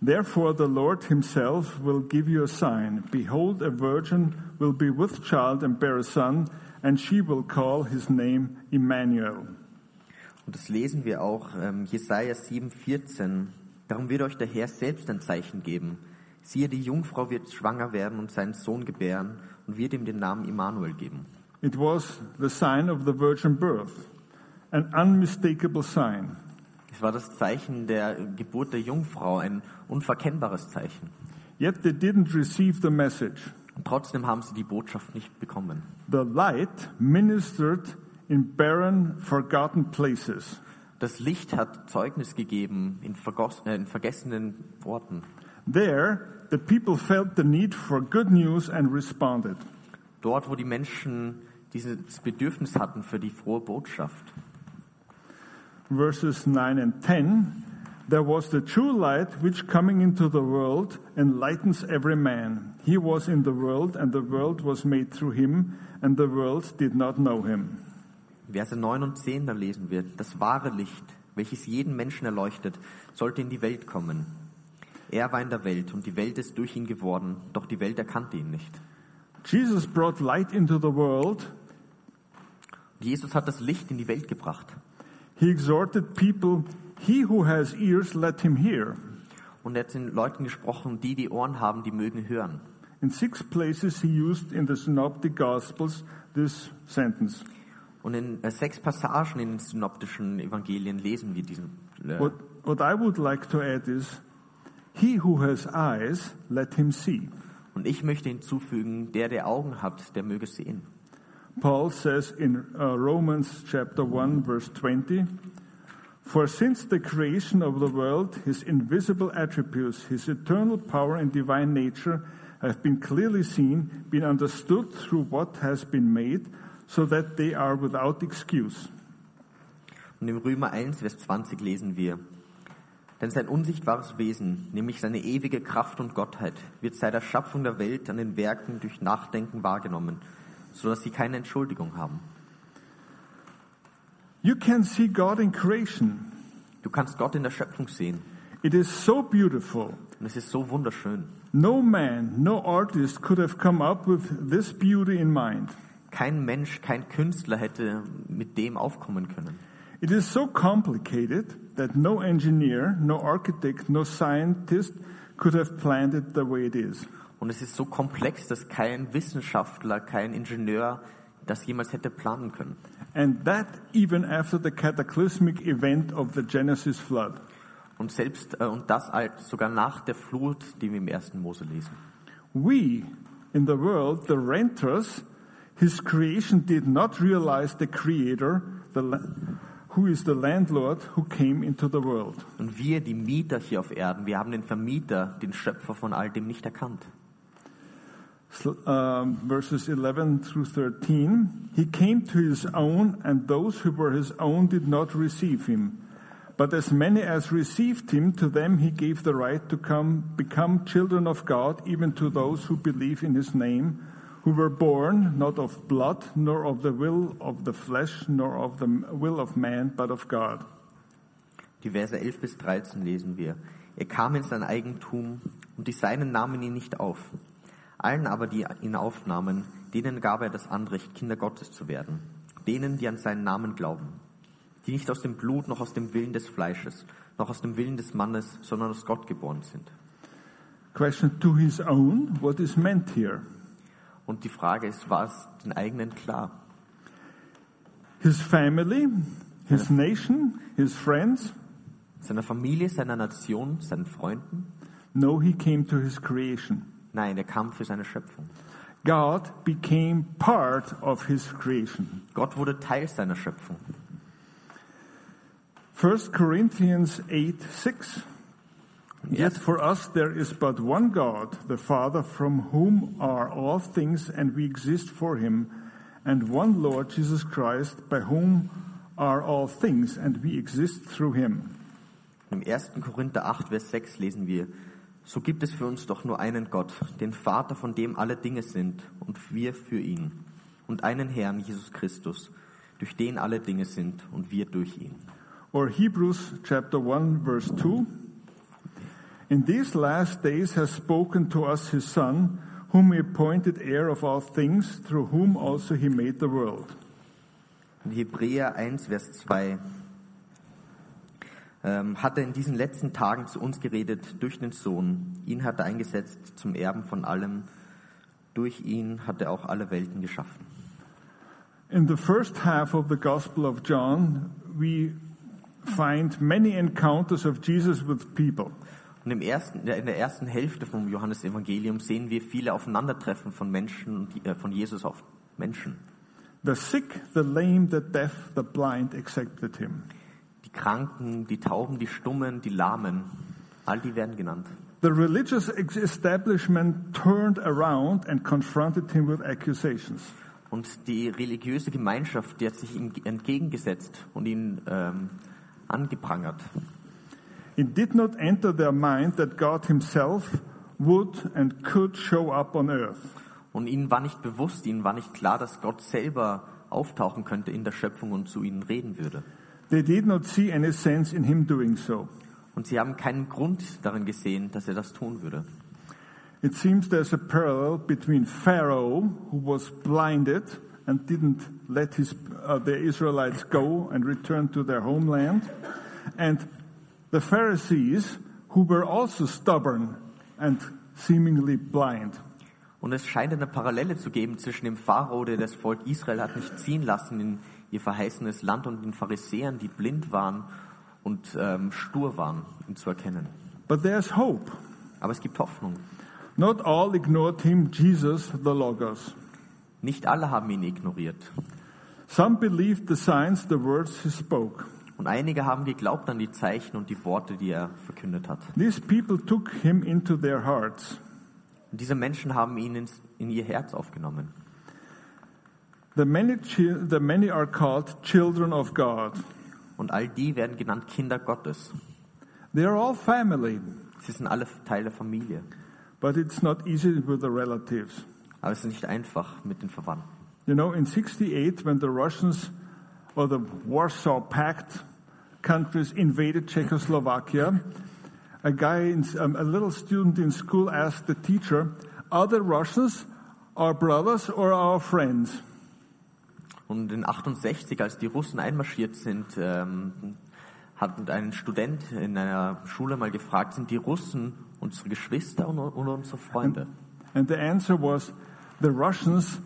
S2: Therefore the Lord himself will give you a sign. Behold a virgin will be with child and bear a son, and she will call his name Emmanuel.
S3: Und das lesen wir auch ähm, Jesaja 7,14. Darum wird euch der Herr selbst ein Zeichen geben. Siehe, die Jungfrau wird schwanger werden und seinen Sohn gebären und wird ihm den Namen Immanuel geben.
S2: It was the sign of the virgin birth, an unmistakable sign.
S3: Es war das Zeichen der Geburt der Jungfrau, ein unverkennbares Zeichen.
S2: Yet they didn't receive the message.
S3: Trotzdem haben sie die Botschaft nicht bekommen.
S2: The light ministered in barren, forgotten places.
S3: Das Licht hat Zeugnis gegeben in, vergoss- äh, in vergessenen Orten.
S2: There, the people felt the need for good news and responded.
S3: Dort, wo die Menschen dieses Bedürfnis hatten für die frohe Botschaft.
S2: Verses 9 and 10 There was the true light which coming into the world enlightens every man. He was in the world, and the world was made through him, and the world did not know him.
S3: Verse 9 und 10, da lesen wir, das wahre Licht, welches jeden Menschen erleuchtet, sollte in die Welt kommen. Er war in der Welt und die Welt ist durch ihn geworden, doch die Welt erkannte ihn nicht.
S2: Jesus brought light into the world.
S3: Jesus hat das Licht in die Welt gebracht
S2: He exhorted people, He who has ears, let him hear.
S3: und er hat den Leuten gesprochen, die die Ohren haben, die mögen hören.
S2: In six places, he used in the Synoptic Gospels this sentence.
S3: Und in äh, sechs Passagen in den synoptischen Evangelien lesen wir diesen. Äh,
S2: What, what I would like to add is, He who has eyes, let him see.
S3: und ich möchte hinzufügen, der, der Augen hat, der möge sehen.
S2: Paul says in uh, Romans chapter 1 verse 20, for since the creation of the world, his invisible attributes, his eternal power and divine nature have been clearly seen, been understood through what has been made, so that they are without excuse.
S3: Und im Römer 1, Vers 20 lesen wir, denn sein unsichtbares Wesen, nämlich seine ewige Kraft und Gottheit, wird seit der Schöpfung der Welt an den Werken durch Nachdenken wahrgenommen, so dass sie keine Entschuldigung haben.
S2: You can see God in creation.
S3: Du kannst Gott in der Schöpfung sehen.
S2: It is so beautiful.
S3: Und es ist so wunderschön.
S2: No man, no artist could have come up with this beauty in mind.
S3: Kein Mensch, kein Künstler hätte mit dem aufkommen können.
S2: It is so complicated that no engineer, no architect, no scientist could have planned it the way it is.
S3: Und es ist so komplex, dass kein Wissenschaftler, kein Ingenieur das jemals hätte planen können.
S2: And that even after the cataclysmic event of the Genesis flood.
S3: Und selbst äh, und das halt sogar nach der Flut, die wir im ersten Mose lesen.
S2: We in the world, the renters, his creation did not realize the creator, the, la- who is the landlord who came into the world.
S3: Und wir, die Mieter hier auf Erden, wir haben den Vermieter, den Schöpfer von all dem nicht erkannt.
S2: Sl- um, verses 11 through 13. He came to his own, and those who were his own did not receive him. But as many as received him, to them he gave the right to come, become children of God, even to those who believe in his name, who were born not of blood, nor of the will of the flesh, nor of the m- will of man, but of God.
S3: Die Verse 11 bis 13 lesen wir. Er kam in sein Eigentum und die Seinen nahmen ihn nicht auf. Allen aber, die ihn aufnahmen, denen gab er das Anrecht, Kinder Gottes zu werden. Denen, die an seinen Namen glauben. Die nicht aus dem Blut, noch aus dem Willen des Fleisches, noch aus dem Willen des Mannes, sondern aus Gott geboren sind.
S2: Question to his own, what is meant here?
S3: Und die Frage ist, war es den eigenen klar?
S2: His family, his nation, his friends?
S3: Seiner Familie, seiner Nation, seinen Freunden?
S2: No, he came to his creation.
S3: Nein, er kam für seine Schöpfung.
S2: God became part of his creation.
S3: Gott wurde Teil seiner Schöpfung.
S2: 1 Corinthians 8 6. Yet
S3: Yes.
S2: for us there is but one God, the Father, from whom are all things, and we exist for him, and one Lord Jesus Christ, by whom are all things, and we exist through him.
S3: Im 1. Korinther 8, Vers 6 lesen wir, so gibt es für uns doch nur einen Gott, den Vater, von dem alle Dinge sind, und wir für ihn. Und einen Herrn, Jesus Christus, durch den alle Dinge sind, und wir durch ihn.
S2: Or Hebrews chapter 1 verse 2. In these last days has spoken to us his Son, whom he appointed heir of all things, through whom also he made the world.
S3: In Hebräer 1, Vers 2 ähm, hat er in diesen letzten Tagen zu uns geredet durch den Sohn. Ihn hat er eingesetzt zum Erben von allem. Durch ihn hat er auch alle Welten geschaffen.
S2: In the first half of the Gospel of John, we find many encounters of Jesus with people.
S3: Und im ersten, in der ersten Hälfte vom Johannesevangelium sehen wir viele Aufeinandertreffen von Menschen, und die- äh, von Jesus auf Menschen.
S2: The sick, the lame, the deaf, the blind accepted him.
S3: Die Kranken, die Tauben, die Stummen, die Lahmen, all die werden genannt.
S2: The religious ex- establishment turned around and confronted him with accusations.
S3: Und die religiöse Gemeinschaft, die hat sich ihm entgegengesetzt und ihn ähm, angeprangert.
S2: It did not enter their mind that God himself would and could show up on earth.
S3: Und ihnen war nicht bewusst, ihnen war nicht klar, dass Gott selber auftauchen könnte in der Schöpfung und zu ihnen reden würde.
S2: They did not see any sense in him doing so.
S3: Und sie haben keinen Grund darin gesehen, dass er das tun würde.
S2: It seems there's a parallel between Pharaoh, who was blinded and didn't let his, uh, the Israelites go and return to their homeland, and the Pharisees, who were also stubborn and seemingly blind.
S3: Und es scheint eine Parallele zu geben zwischen dem Pharao, der das Volk Israel hat nicht ziehen lassen in ihr verheißenes Land, und den Pharisäern, die blind waren und ähm, stur waren, ihn zu erkennen.
S2: But there's hope.
S3: Aber es gibt Hoffnung.
S2: Not all ignored him, Jesus, the Logos.
S3: Nicht alle haben ihn ignoriert.
S2: Some believed the signs, the words he spoke.
S3: Und einige haben geglaubt an die Zeichen und die Worte, die er verkündet hat.
S2: These people took him into their hearts.
S3: Und diese Menschen haben ihn ins, in ihr Herz aufgenommen.
S2: The many, chi- the many are called children of God.
S3: Und all die werden genannt Kinder Gottes.
S2: They are all family,
S3: Sie sind alle Teil der Familie.
S2: but it's not easy with the relatives.
S3: Aber es ist nicht einfach mit den Verwandten.
S2: You know, in 68, when the Russians or the Warsaw Pact countries invaded Czechoslovakia, a guy, in, um, a little student in school asked the teacher, Are the Russians our brothers or our friends?
S3: Und in 68, als die Russen einmarschiert sind, ähm, hat ein Student in einer Schule mal gefragt, sind die Russen unsere Geschwister und, und unsere Freunde?
S2: And the answer was, The Russians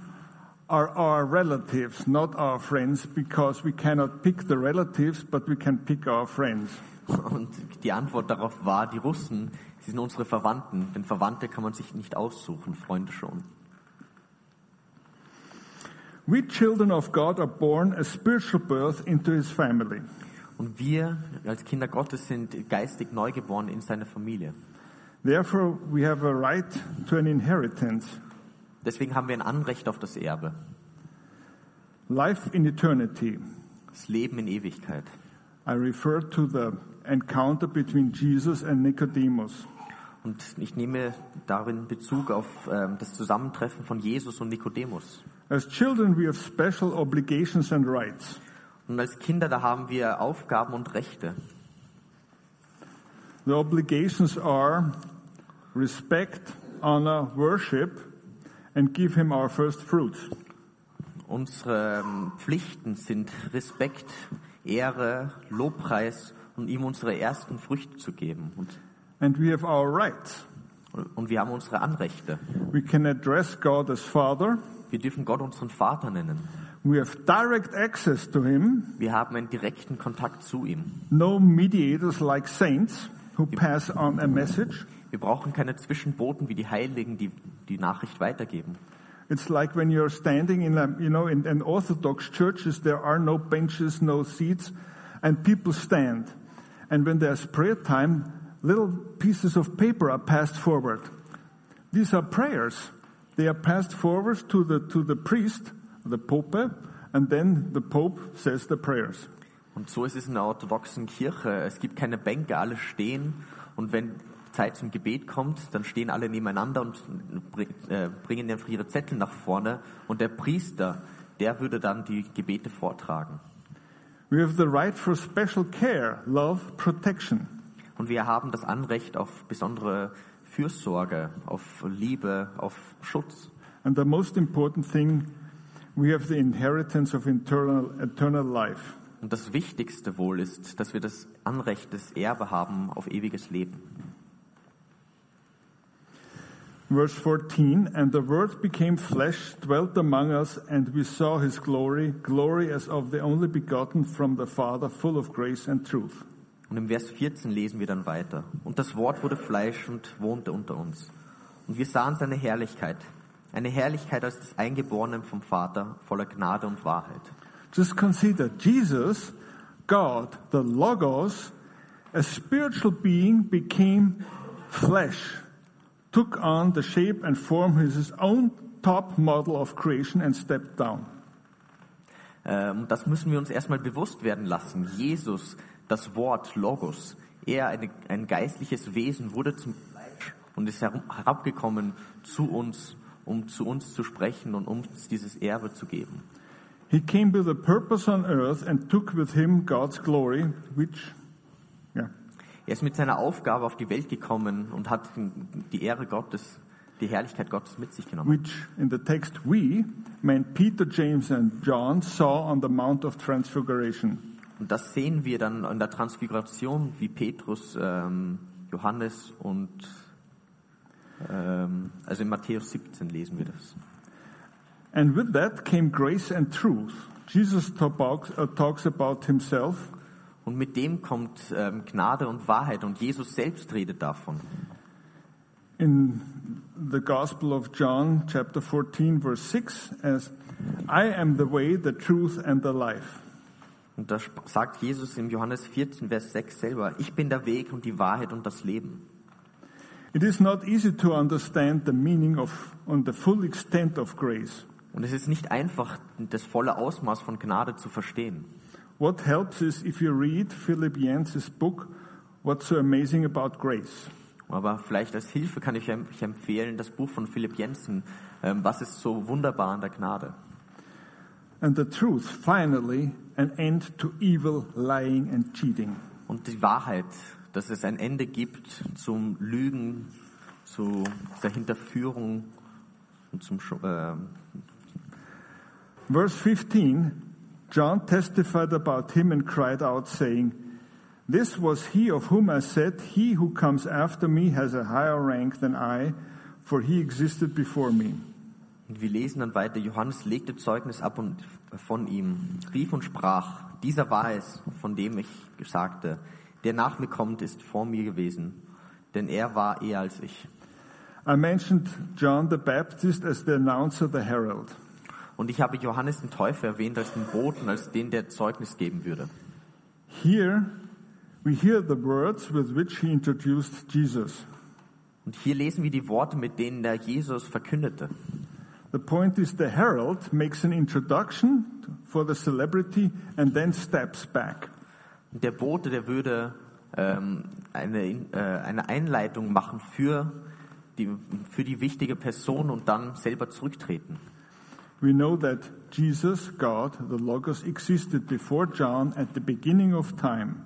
S2: are our relatives, not our friends, because we cannot pick the relatives, but we can pick our friends.
S3: Und die Antwort darauf war, die Russen, sie sind unsere Verwandten, denn Verwandte kann man sich nicht aussuchen, Freunde schon.
S2: We children of God are born a spiritual birth into his family.
S3: Und wir als Kinder Gottes sind geistig neugeboren in seine Familie.
S2: Therefore, we have a right to an inheritance,
S3: Deswegen haben wir ein Anrecht auf das Erbe,
S2: life in eternity.
S3: das Leben in Ewigkeit.
S2: I refer to the encounter between Jesus and Nicodemus.
S3: Und ich nehme darin Bezug auf ähm, das Zusammentreffen von Jesus und Nikodemus.
S2: As children, we have special obligations and rights.
S3: Und als Kinder, da haben wir Aufgaben und Rechte.
S2: The obligations are respect, honor, worship, and give him our first fruits.
S3: Unsere ähm, Pflichten sind Respekt, Ehre, Lobpreis und ihm unsere ersten Früchte zu geben. Und,
S2: And we have our rights.
S3: und wir haben unsere Anrechte.
S2: We can address God as Father.
S3: Wir dürfen Gott unseren Vater nennen.
S2: We have direct access to him.
S3: Wir haben einen direkten Kontakt zu ihm.
S2: No mediators like saints who pass on a message.
S3: Wir brauchen keine Zwischenboten wie die Heiligen, die die Nachricht weitergeben.
S2: It's like when you're standing in a, you know, in, in Orthodox churches, there are no benches, no seats, and people stand. And when there's prayer time, little pieces of paper are passed forward. These are prayers. They are passed forward to the, to the priest, the pope, and then the pope says the prayers.
S3: Und so ist es in der orthodoxen Kirche. Es gibt keine Bänke, alle stehen. Und wenn Zeit zum Gebet kommt, dann stehen alle nebeneinander und bring- äh, bringen einfach ihre Zettel nach vorne. Und der Priester, der würde dann die Gebete vortragen.
S2: We have the right for special care, love, protection.
S3: Und wir haben das Anrecht auf besondere Fürsorge, auf Liebe, auf Schutz.
S2: And the most important thing, we have the inheritance of eternal, eternal life.
S3: Und das Wichtigste wohl ist, dass wir das Anrecht des Erbe haben auf ewiges Leben.
S2: Verse 14, and the Word became flesh, dwelt among us, and we saw his glory, glory as of the only begotten from the Father, full of grace and truth.
S3: Und im Vers 14 lesen wir dann weiter. Und das Wort wurde Fleisch und wohnte unter uns. Und wir sahen seine Herrlichkeit. Eine Herrlichkeit als des Eingeborenen vom Vater, voller Gnade und Wahrheit.
S2: Just consider Jesus, God, the Logos, a spiritual being, became flesh, took on the shape and form of his own top model of creation, and stepped down.
S3: Ähm, das müssen wir uns erstmal bewusst werden lassen. Jesus, das Wort Logos, er eine, ein geistliches Wesen wurde zum Fleisch und ist herum- herabgekommen zu uns, um zu uns zu sprechen und um uns dieses Erbe zu geben.
S2: He came with a purpose on earth and took with him God's glory, which, yeah.
S3: Er ist mit seiner Aufgabe auf die Welt gekommen und hat die Ehre Gottes, die Herrlichkeit Gottes mit sich genommen.
S2: which in the text we, meant Peter, James, and John, saw on the Mount of Transfiguration.
S3: Und das sehen wir dann in der Transfiguration, wie Petrus, ähm, Johannes und ähm, also in Matthäus 17 lesen wir das.
S2: And with that came grace and truth. Jesus talks, uh, talks about himself,
S3: Und mit dem kommt ähm, Gnade und Wahrheit und Jesus selbst redet davon.
S2: in the Gospel of John, chapter 14, verse 6, as I am the way, the truth, and the life.
S3: Und da sp- sagt Jesus im Johannes 14, Vers 6 selber, ich bin der Weg und die Wahrheit und das Leben.
S2: It is not easy to understand the meaning of, on the full extent of grace.
S3: Und es ist nicht einfach, das volle Ausmaß von Gnade zu verstehen.
S2: What helps is if you read Philip Yancey's book, What's So Amazing About Grace.
S3: Aber vielleicht als Hilfe kann ich euch empfehlen, das Buch von Philipp Jensen, ähm, Was ist so wunderbar an der Gnade?
S2: And the truth, finally, an end to evil, lying, and cheating.
S3: Und die Wahrheit, dass es ein Ende gibt zum Lügen, zu der Hinterführung und zum Schu- ähm,
S2: Verse 15 John testified about him and cried out, saying, This was he of whom I said, He who comes after me has a higher rank than I, for he existed before me.
S3: Und wir lesen dann weiter, Johannes legte Zeugnis ab und von ihm, rief und sprach, dieser war es, von dem ich sagte, der nach mir kommt, ist vor mir gewesen, denn er war eher als ich.
S2: I mentioned John the Baptist as the announcer, the herald.
S3: Und ich habe Johannes den Täufer erwähnt als den Boten, als den, der Zeugnis geben würde.
S2: Here we hear the words with which he introduced Jesus.
S3: Und hier lesen wir die Worte, mit denen der Jesus verkündete.
S2: The point is the herald makes an introduction for the celebrity and then steps back.
S3: Und der Bote, der würde ähm, eine, äh, eine Einleitung machen für die, für die wichtige Person und dann selber zurücktreten.
S2: We know that Jesus, God, the Logos, existed before John at the beginning of time.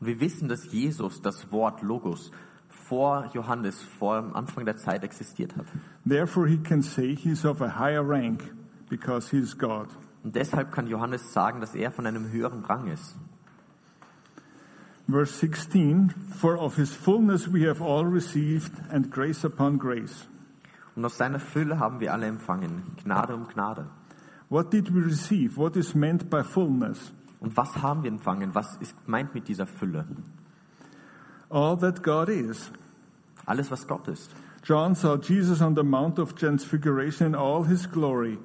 S3: Und wir wissen, dass Jesus, das Wort Logos, vor Johannes, vor dem Anfang der Zeit existiert hat.
S2: Therefore, he can say he's of a higher rank because he's God.
S3: Und deshalb kann Johannes sagen, dass er von einem höheren Rang ist.
S2: Verse 16 For of his fullness we have all received, and grace upon grace.
S3: Und aus seiner Fülle haben wir alle empfangen, Gnade um Gnade.
S2: What did we receive? What is meant by fullness?
S3: Und was haben wir empfangen? Was ist gemeint mit dieser Fülle?
S2: All that God is.
S3: Alles, was Gott ist.
S2: John saw Jesus on the Mount of Transfiguration in all his glory.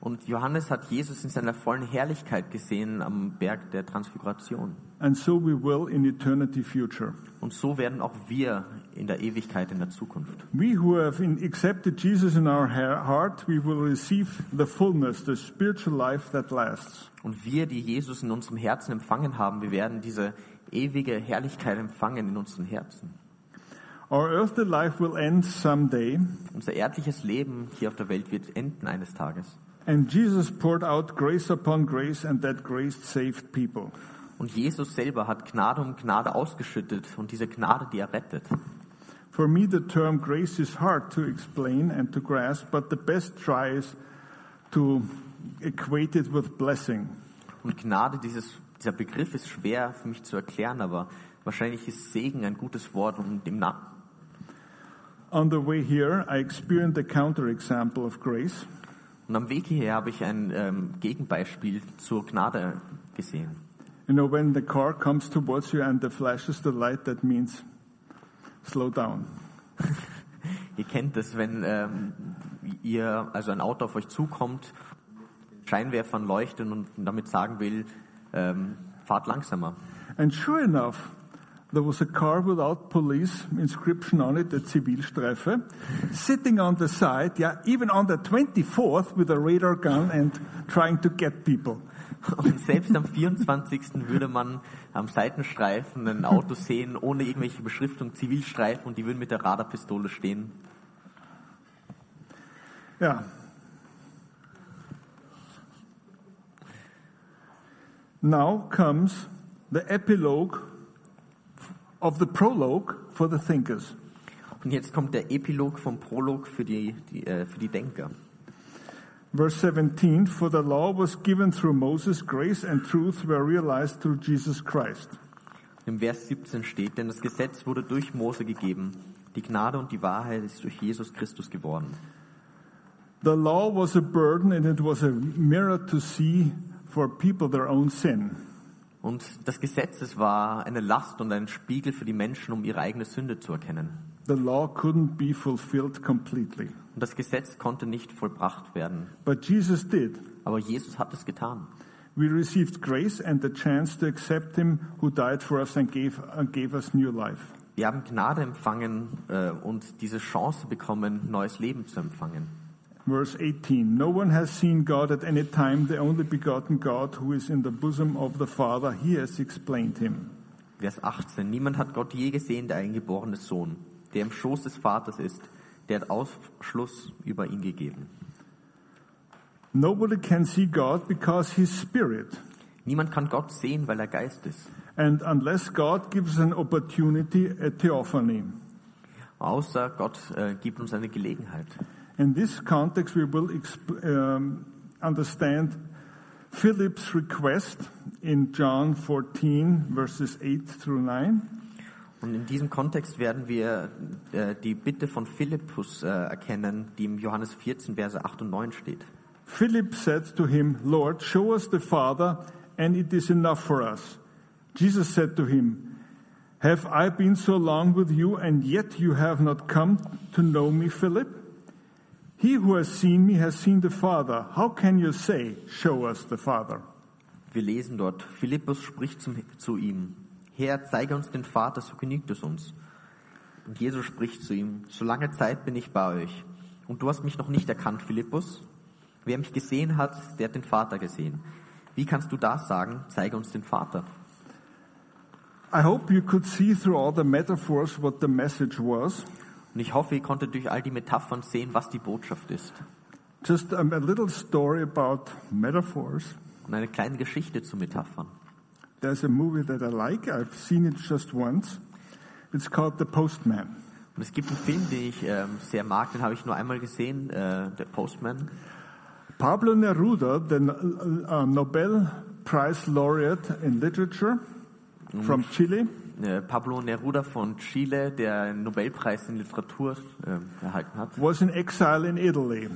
S3: Und Johannes hat Jesus in seiner vollen Herrlichkeit gesehen am Berg der Transfiguration.
S2: and so we will in eternity future.
S3: Und so werden auch wir in der Ewigkeit, in der Zukunft.
S2: We who have in, accepted Jesus in our ha- heart, we will receive the fullness, the spiritual life that lasts.
S3: Und wir, die Jesus in unserem Herzen empfangen haben, wir werden diese ewige Herrlichkeit empfangen in unseren Herzen.
S2: Our earthly life will end someday,
S3: Unser erdliches Leben hier auf der Welt wird enden eines Tages.
S2: and Jesus poured out grace upon grace, and that grace saved people.
S3: Und Jesus selber hat Gnade um Gnade ausgeschüttet und diese Gnade, die er rettet.
S2: For me, the term grace is hard to explain and to grasp, but the best try is to equate it with blessing.
S3: Und Gnade, dieses, dieser Begriff ist schwer für mich zu erklären, aber wahrscheinlich ist Segen ein gutes Wort, um dem Namen
S2: On the way here, I experienced a counterexample of grace.
S3: Und am Weg hierher habe ich ein ähm, Gegenbeispiel zur Gnade gesehen.
S2: You know, when the car comes towards you and the flashes the light, that means slow down.
S3: Ihr kennt das, wenn ähm, ihr, also ein Auto auf euch zukommt, Scheinwerfern leuchten und damit sagen will, ähm, fahrt langsamer.
S2: And sure enough, there was a car without police inscription on it, a Zivilstreife, sitting on the side, yeah, even on the 24th with a radar gun and trying to get people.
S3: Und selbst am 24. würde man am Seitenstreifen ein Auto sehen, ohne irgendwelche Beschriftung, Zivilstreifen, und die würden mit der Radarpistole stehen.
S2: Yeah. Now comes the epilogue of the prologue for the thinkers.
S3: Und jetzt kommt der Epilog vom Prolog für die, die, äh, für die Denker.
S2: Verse 17 For the law was given through Moses, grace and truth were realized through Jesus Christ.
S3: Im Vers 17 steht, denn das Gesetz wurde durch Mose gegeben. Die Gnade und die Wahrheit ist durch Jesus Christus geworden.
S2: The law was a burden and it was a mirror to see for people their own sin.
S3: Und das Gesetz es war eine Last und ein Spiegel für die Menschen, um ihre eigene Sünde zu erkennen.
S2: The law couldn't be fulfilled completely,
S3: Und das Gesetz konnte nicht vollbracht werden.
S2: but Jesus did.
S3: Aber Jesus hat es getan.
S2: We received grace and the chance to accept Him who died for us and gave, and gave us new life.
S3: Wir haben Gnade empfangen äh, und diese Chance bekommen, neues Leben zu empfangen.
S2: Verse 18 No one has seen God at any time, the only begotten God who is in the bosom of the Father, He has explained Him.
S3: Vers 18. Niemand hat Gott je gesehen, der eingeborene Sohn, der im Schoß des Vaters ist. Der hat Ausschluss über ihn gegeben.
S2: Nobody can see God because He's Spirit.
S3: Niemand kann Gott sehen, weil er Geist ist.
S2: And unless God gives an opportunity, a theophany.
S3: Außer Gott äh, gibt uns eine Gelegenheit.
S2: In this context, we will exp- um, understand Philip's request in John 14, verses 8 through 9.
S3: Und in diesem Kontext werden wir äh, die Bitte von Philippus äh, erkennen, die im Johannes 14, Verse 8 und 9 steht.
S2: Philip said to him, Lord, show us the Father, and it is enough for us. Jesus said to him, Have I been so long with you, and yet you have not come to know me, Philip? He who has seen me has seen the Father. How can you say, Show us the Father?
S3: Wir lesen dort, Philippus spricht zum, zu ihm, Herr, zeige uns den Vater, so genügt es uns. Und Jesus spricht zu ihm, so lange Zeit bin ich bei euch. Und du hast mich noch nicht erkannt, Philippus. Wer mich gesehen hat, der hat den Vater gesehen. Wie kannst du das sagen? Zeige uns den Vater.
S2: I hope you could see through all the metaphors what the message was.
S3: Und ich hoffe, ihr konntet durch all die Metaphern sehen, was die Botschaft ist.
S2: Just um, a little story about metaphors.
S3: Und eine kleine Geschichte zu Metaphern.
S2: There's a movie that I like. I've seen it just once. It's called The Postman.
S3: Und es gibt einen Film, den ich ähm, sehr mag, den habe ich nur einmal gesehen, äh, der Postman.
S2: Pablo Neruda, the uh, Nobel Prize laureate in literature from Chile,
S3: Äh, Pablo Neruda von Chile, der einen Nobelpreis in Literatur ähm, erhalten hat.
S2: was in exile in Italy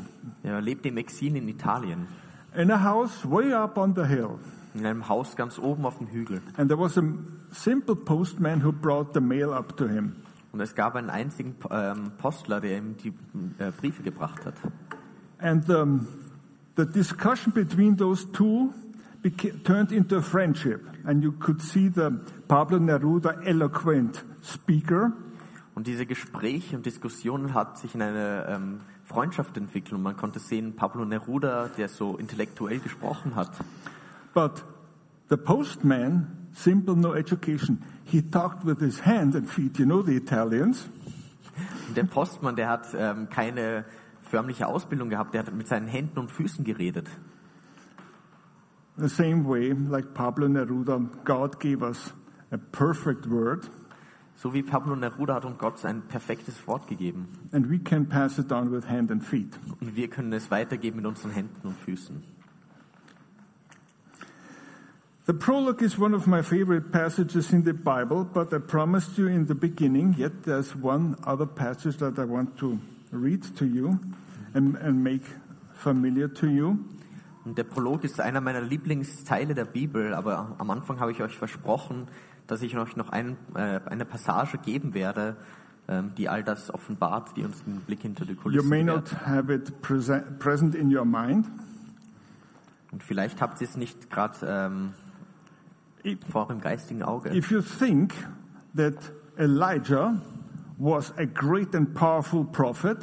S3: Er lebt im Exil in Italien,
S2: in a house way up on the hill.
S3: in einem Haus ganz oben auf dem Hügel.
S2: And there was a simple postman who brought the mail up to him.
S3: Und es gab einen einzigen ähm, Postler, der ihm die äh, Briefe gebracht hat.
S2: And um, the discussion between those two beca- turned into a friendship. And you could see the Pablo Neruda eloquent speaker.
S3: Und diese Gespräche und Diskussionen hat sich in eine ähm, Freundschaft entwickelt. Und man konnte sehen, Pablo Neruda, der so intellektuell gesprochen hat.
S2: But the postman, simple, no education, he talked with his hand and feet. You know the Italians.
S3: Und der Postmann, der hat ähm, keine förmliche Ausbildung gehabt, der hat mit seinen Händen und Füßen geredet.
S2: The same way, like Pablo Neruda, God gave us a perfect word,
S3: So wie Pablo Neruda hat uns Gott ein perfektes Wort gegeben.
S2: and we can pass it on with hand and feet.
S3: Und wir können es weitergeben mit unseren Händen und Füßen.
S2: The prologue is one of my favorite passages in the Bible, but I promised you in the beginning, yet there's one other passage that I want to read to you and, and make familiar to you.
S3: Und der Prolog ist einer meiner Lieblingsteile der Bibel, aber am Anfang habe ich euch versprochen, dass ich euch noch einen, äh, eine Passage geben werde, ähm, die all das offenbart, die uns den Blick hinter die
S2: You
S3: Kulissen
S2: may not
S3: gewährt.
S2: have it present, present in your mind.
S3: Und vielleicht habt ihr es nicht gerade ähm,
S2: If-
S3: vor dem geistigen Auge.
S2: If you think that Elijah was a great and powerful prophet,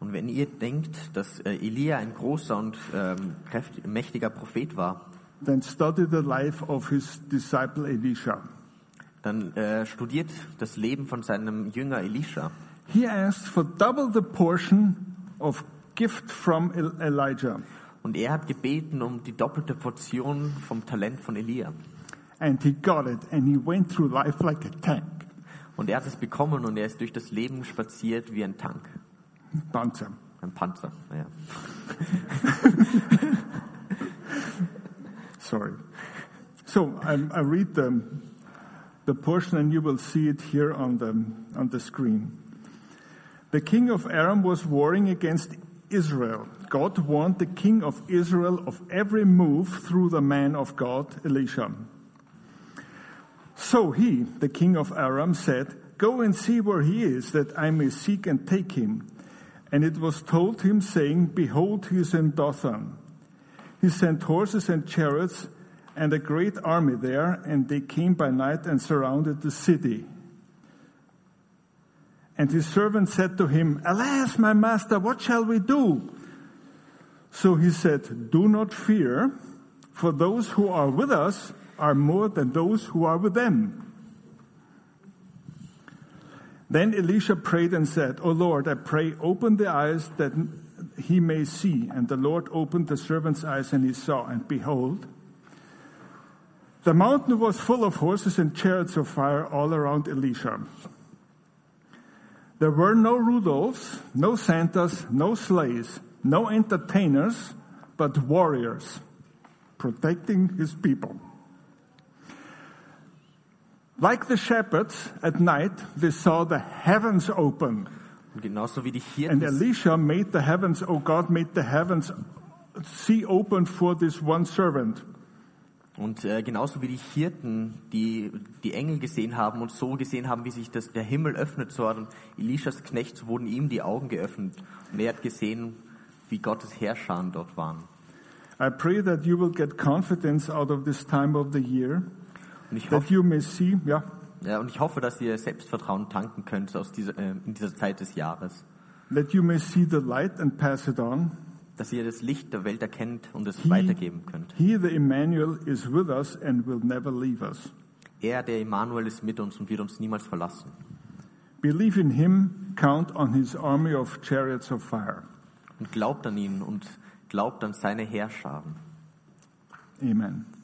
S3: Und wenn ihr denkt, dass äh, Elia ein großer und ähm, kräft, mächtiger Prophet war,
S2: then study the life of his disciple Elisha.
S3: dann äh, studiert das Leben von seinem Jünger Elisha.
S2: He asked for double the portion of gift from El- Elijah,
S3: Und er hat gebeten um die doppelte Portion vom Talent von Elia.
S2: and he got it, and he went through life like a tank,
S3: Und er hat es bekommen und er ist durch das Leben spaziert wie ein Tank,
S2: panzer.
S3: ein Panzer. Naja.
S2: Sorry. So I, I read the, the portion and you will see it here on the, on the screen. The king of Aram was warring against Israel. God warned the king of Israel of every move through the man of God, Elisha. So he, the king of Aram, said, Go and see where he is, that I may seek and take him. And it was told him, saying, Behold, he is in Dothan. He sent horses and chariots and a great army there, and they came by night and surrounded the city. And his servant said to him, Alas, my master, what shall we do? So he said, Do not fear, for those who are with us are more than those who are with them. Then Elisha prayed and said, O Lord, I pray, open the eyes that he may see. And the Lord opened the servant's eyes, and he saw, and behold, the mountain was full of horses and chariots of fire all around Elisha. There were no Rudolphs, no Santas, no sleighs, no entertainers, but warriors protecting his people. Like the shepherds at night, they saw the heavens open.
S3: Und genauso wie die
S2: And
S3: Hirten,
S2: Elisha made the heavens, oh God, made the heavens see open for this one servant.
S3: und äh, genauso wie die Hirten, die die Engel gesehen haben und so gesehen haben, wie sich das, der Himmel öffnet, so haben Elishas Knecht, so wurden ihm die Augen geöffnet. Und er hat gesehen, wie Gottes Herrscharen dort waren.
S2: I pray that you will get confidence out of this time of the year,
S3: Und ich hoffe,
S2: that you may see, yeah,
S3: Ja, und ich hoffe, dass ihr Selbstvertrauen tanken könnt aus dieser, äh, in dieser Zeit des Jahres.
S2: that you may see the light and pass it on.
S3: Dass ihr das Licht der Welt erkennt und es
S2: He-
S3: weitergeben könnt.
S2: He, the Emmanuel, is with us and will never leave us.
S3: Er, der Emanuel, ist mit uns und wird uns niemals verlassen.
S2: Believe in him, count on his army of chariots of fire.
S3: Und glaubt an ihn und glaubt an seine Herrscharen.
S2: Amen.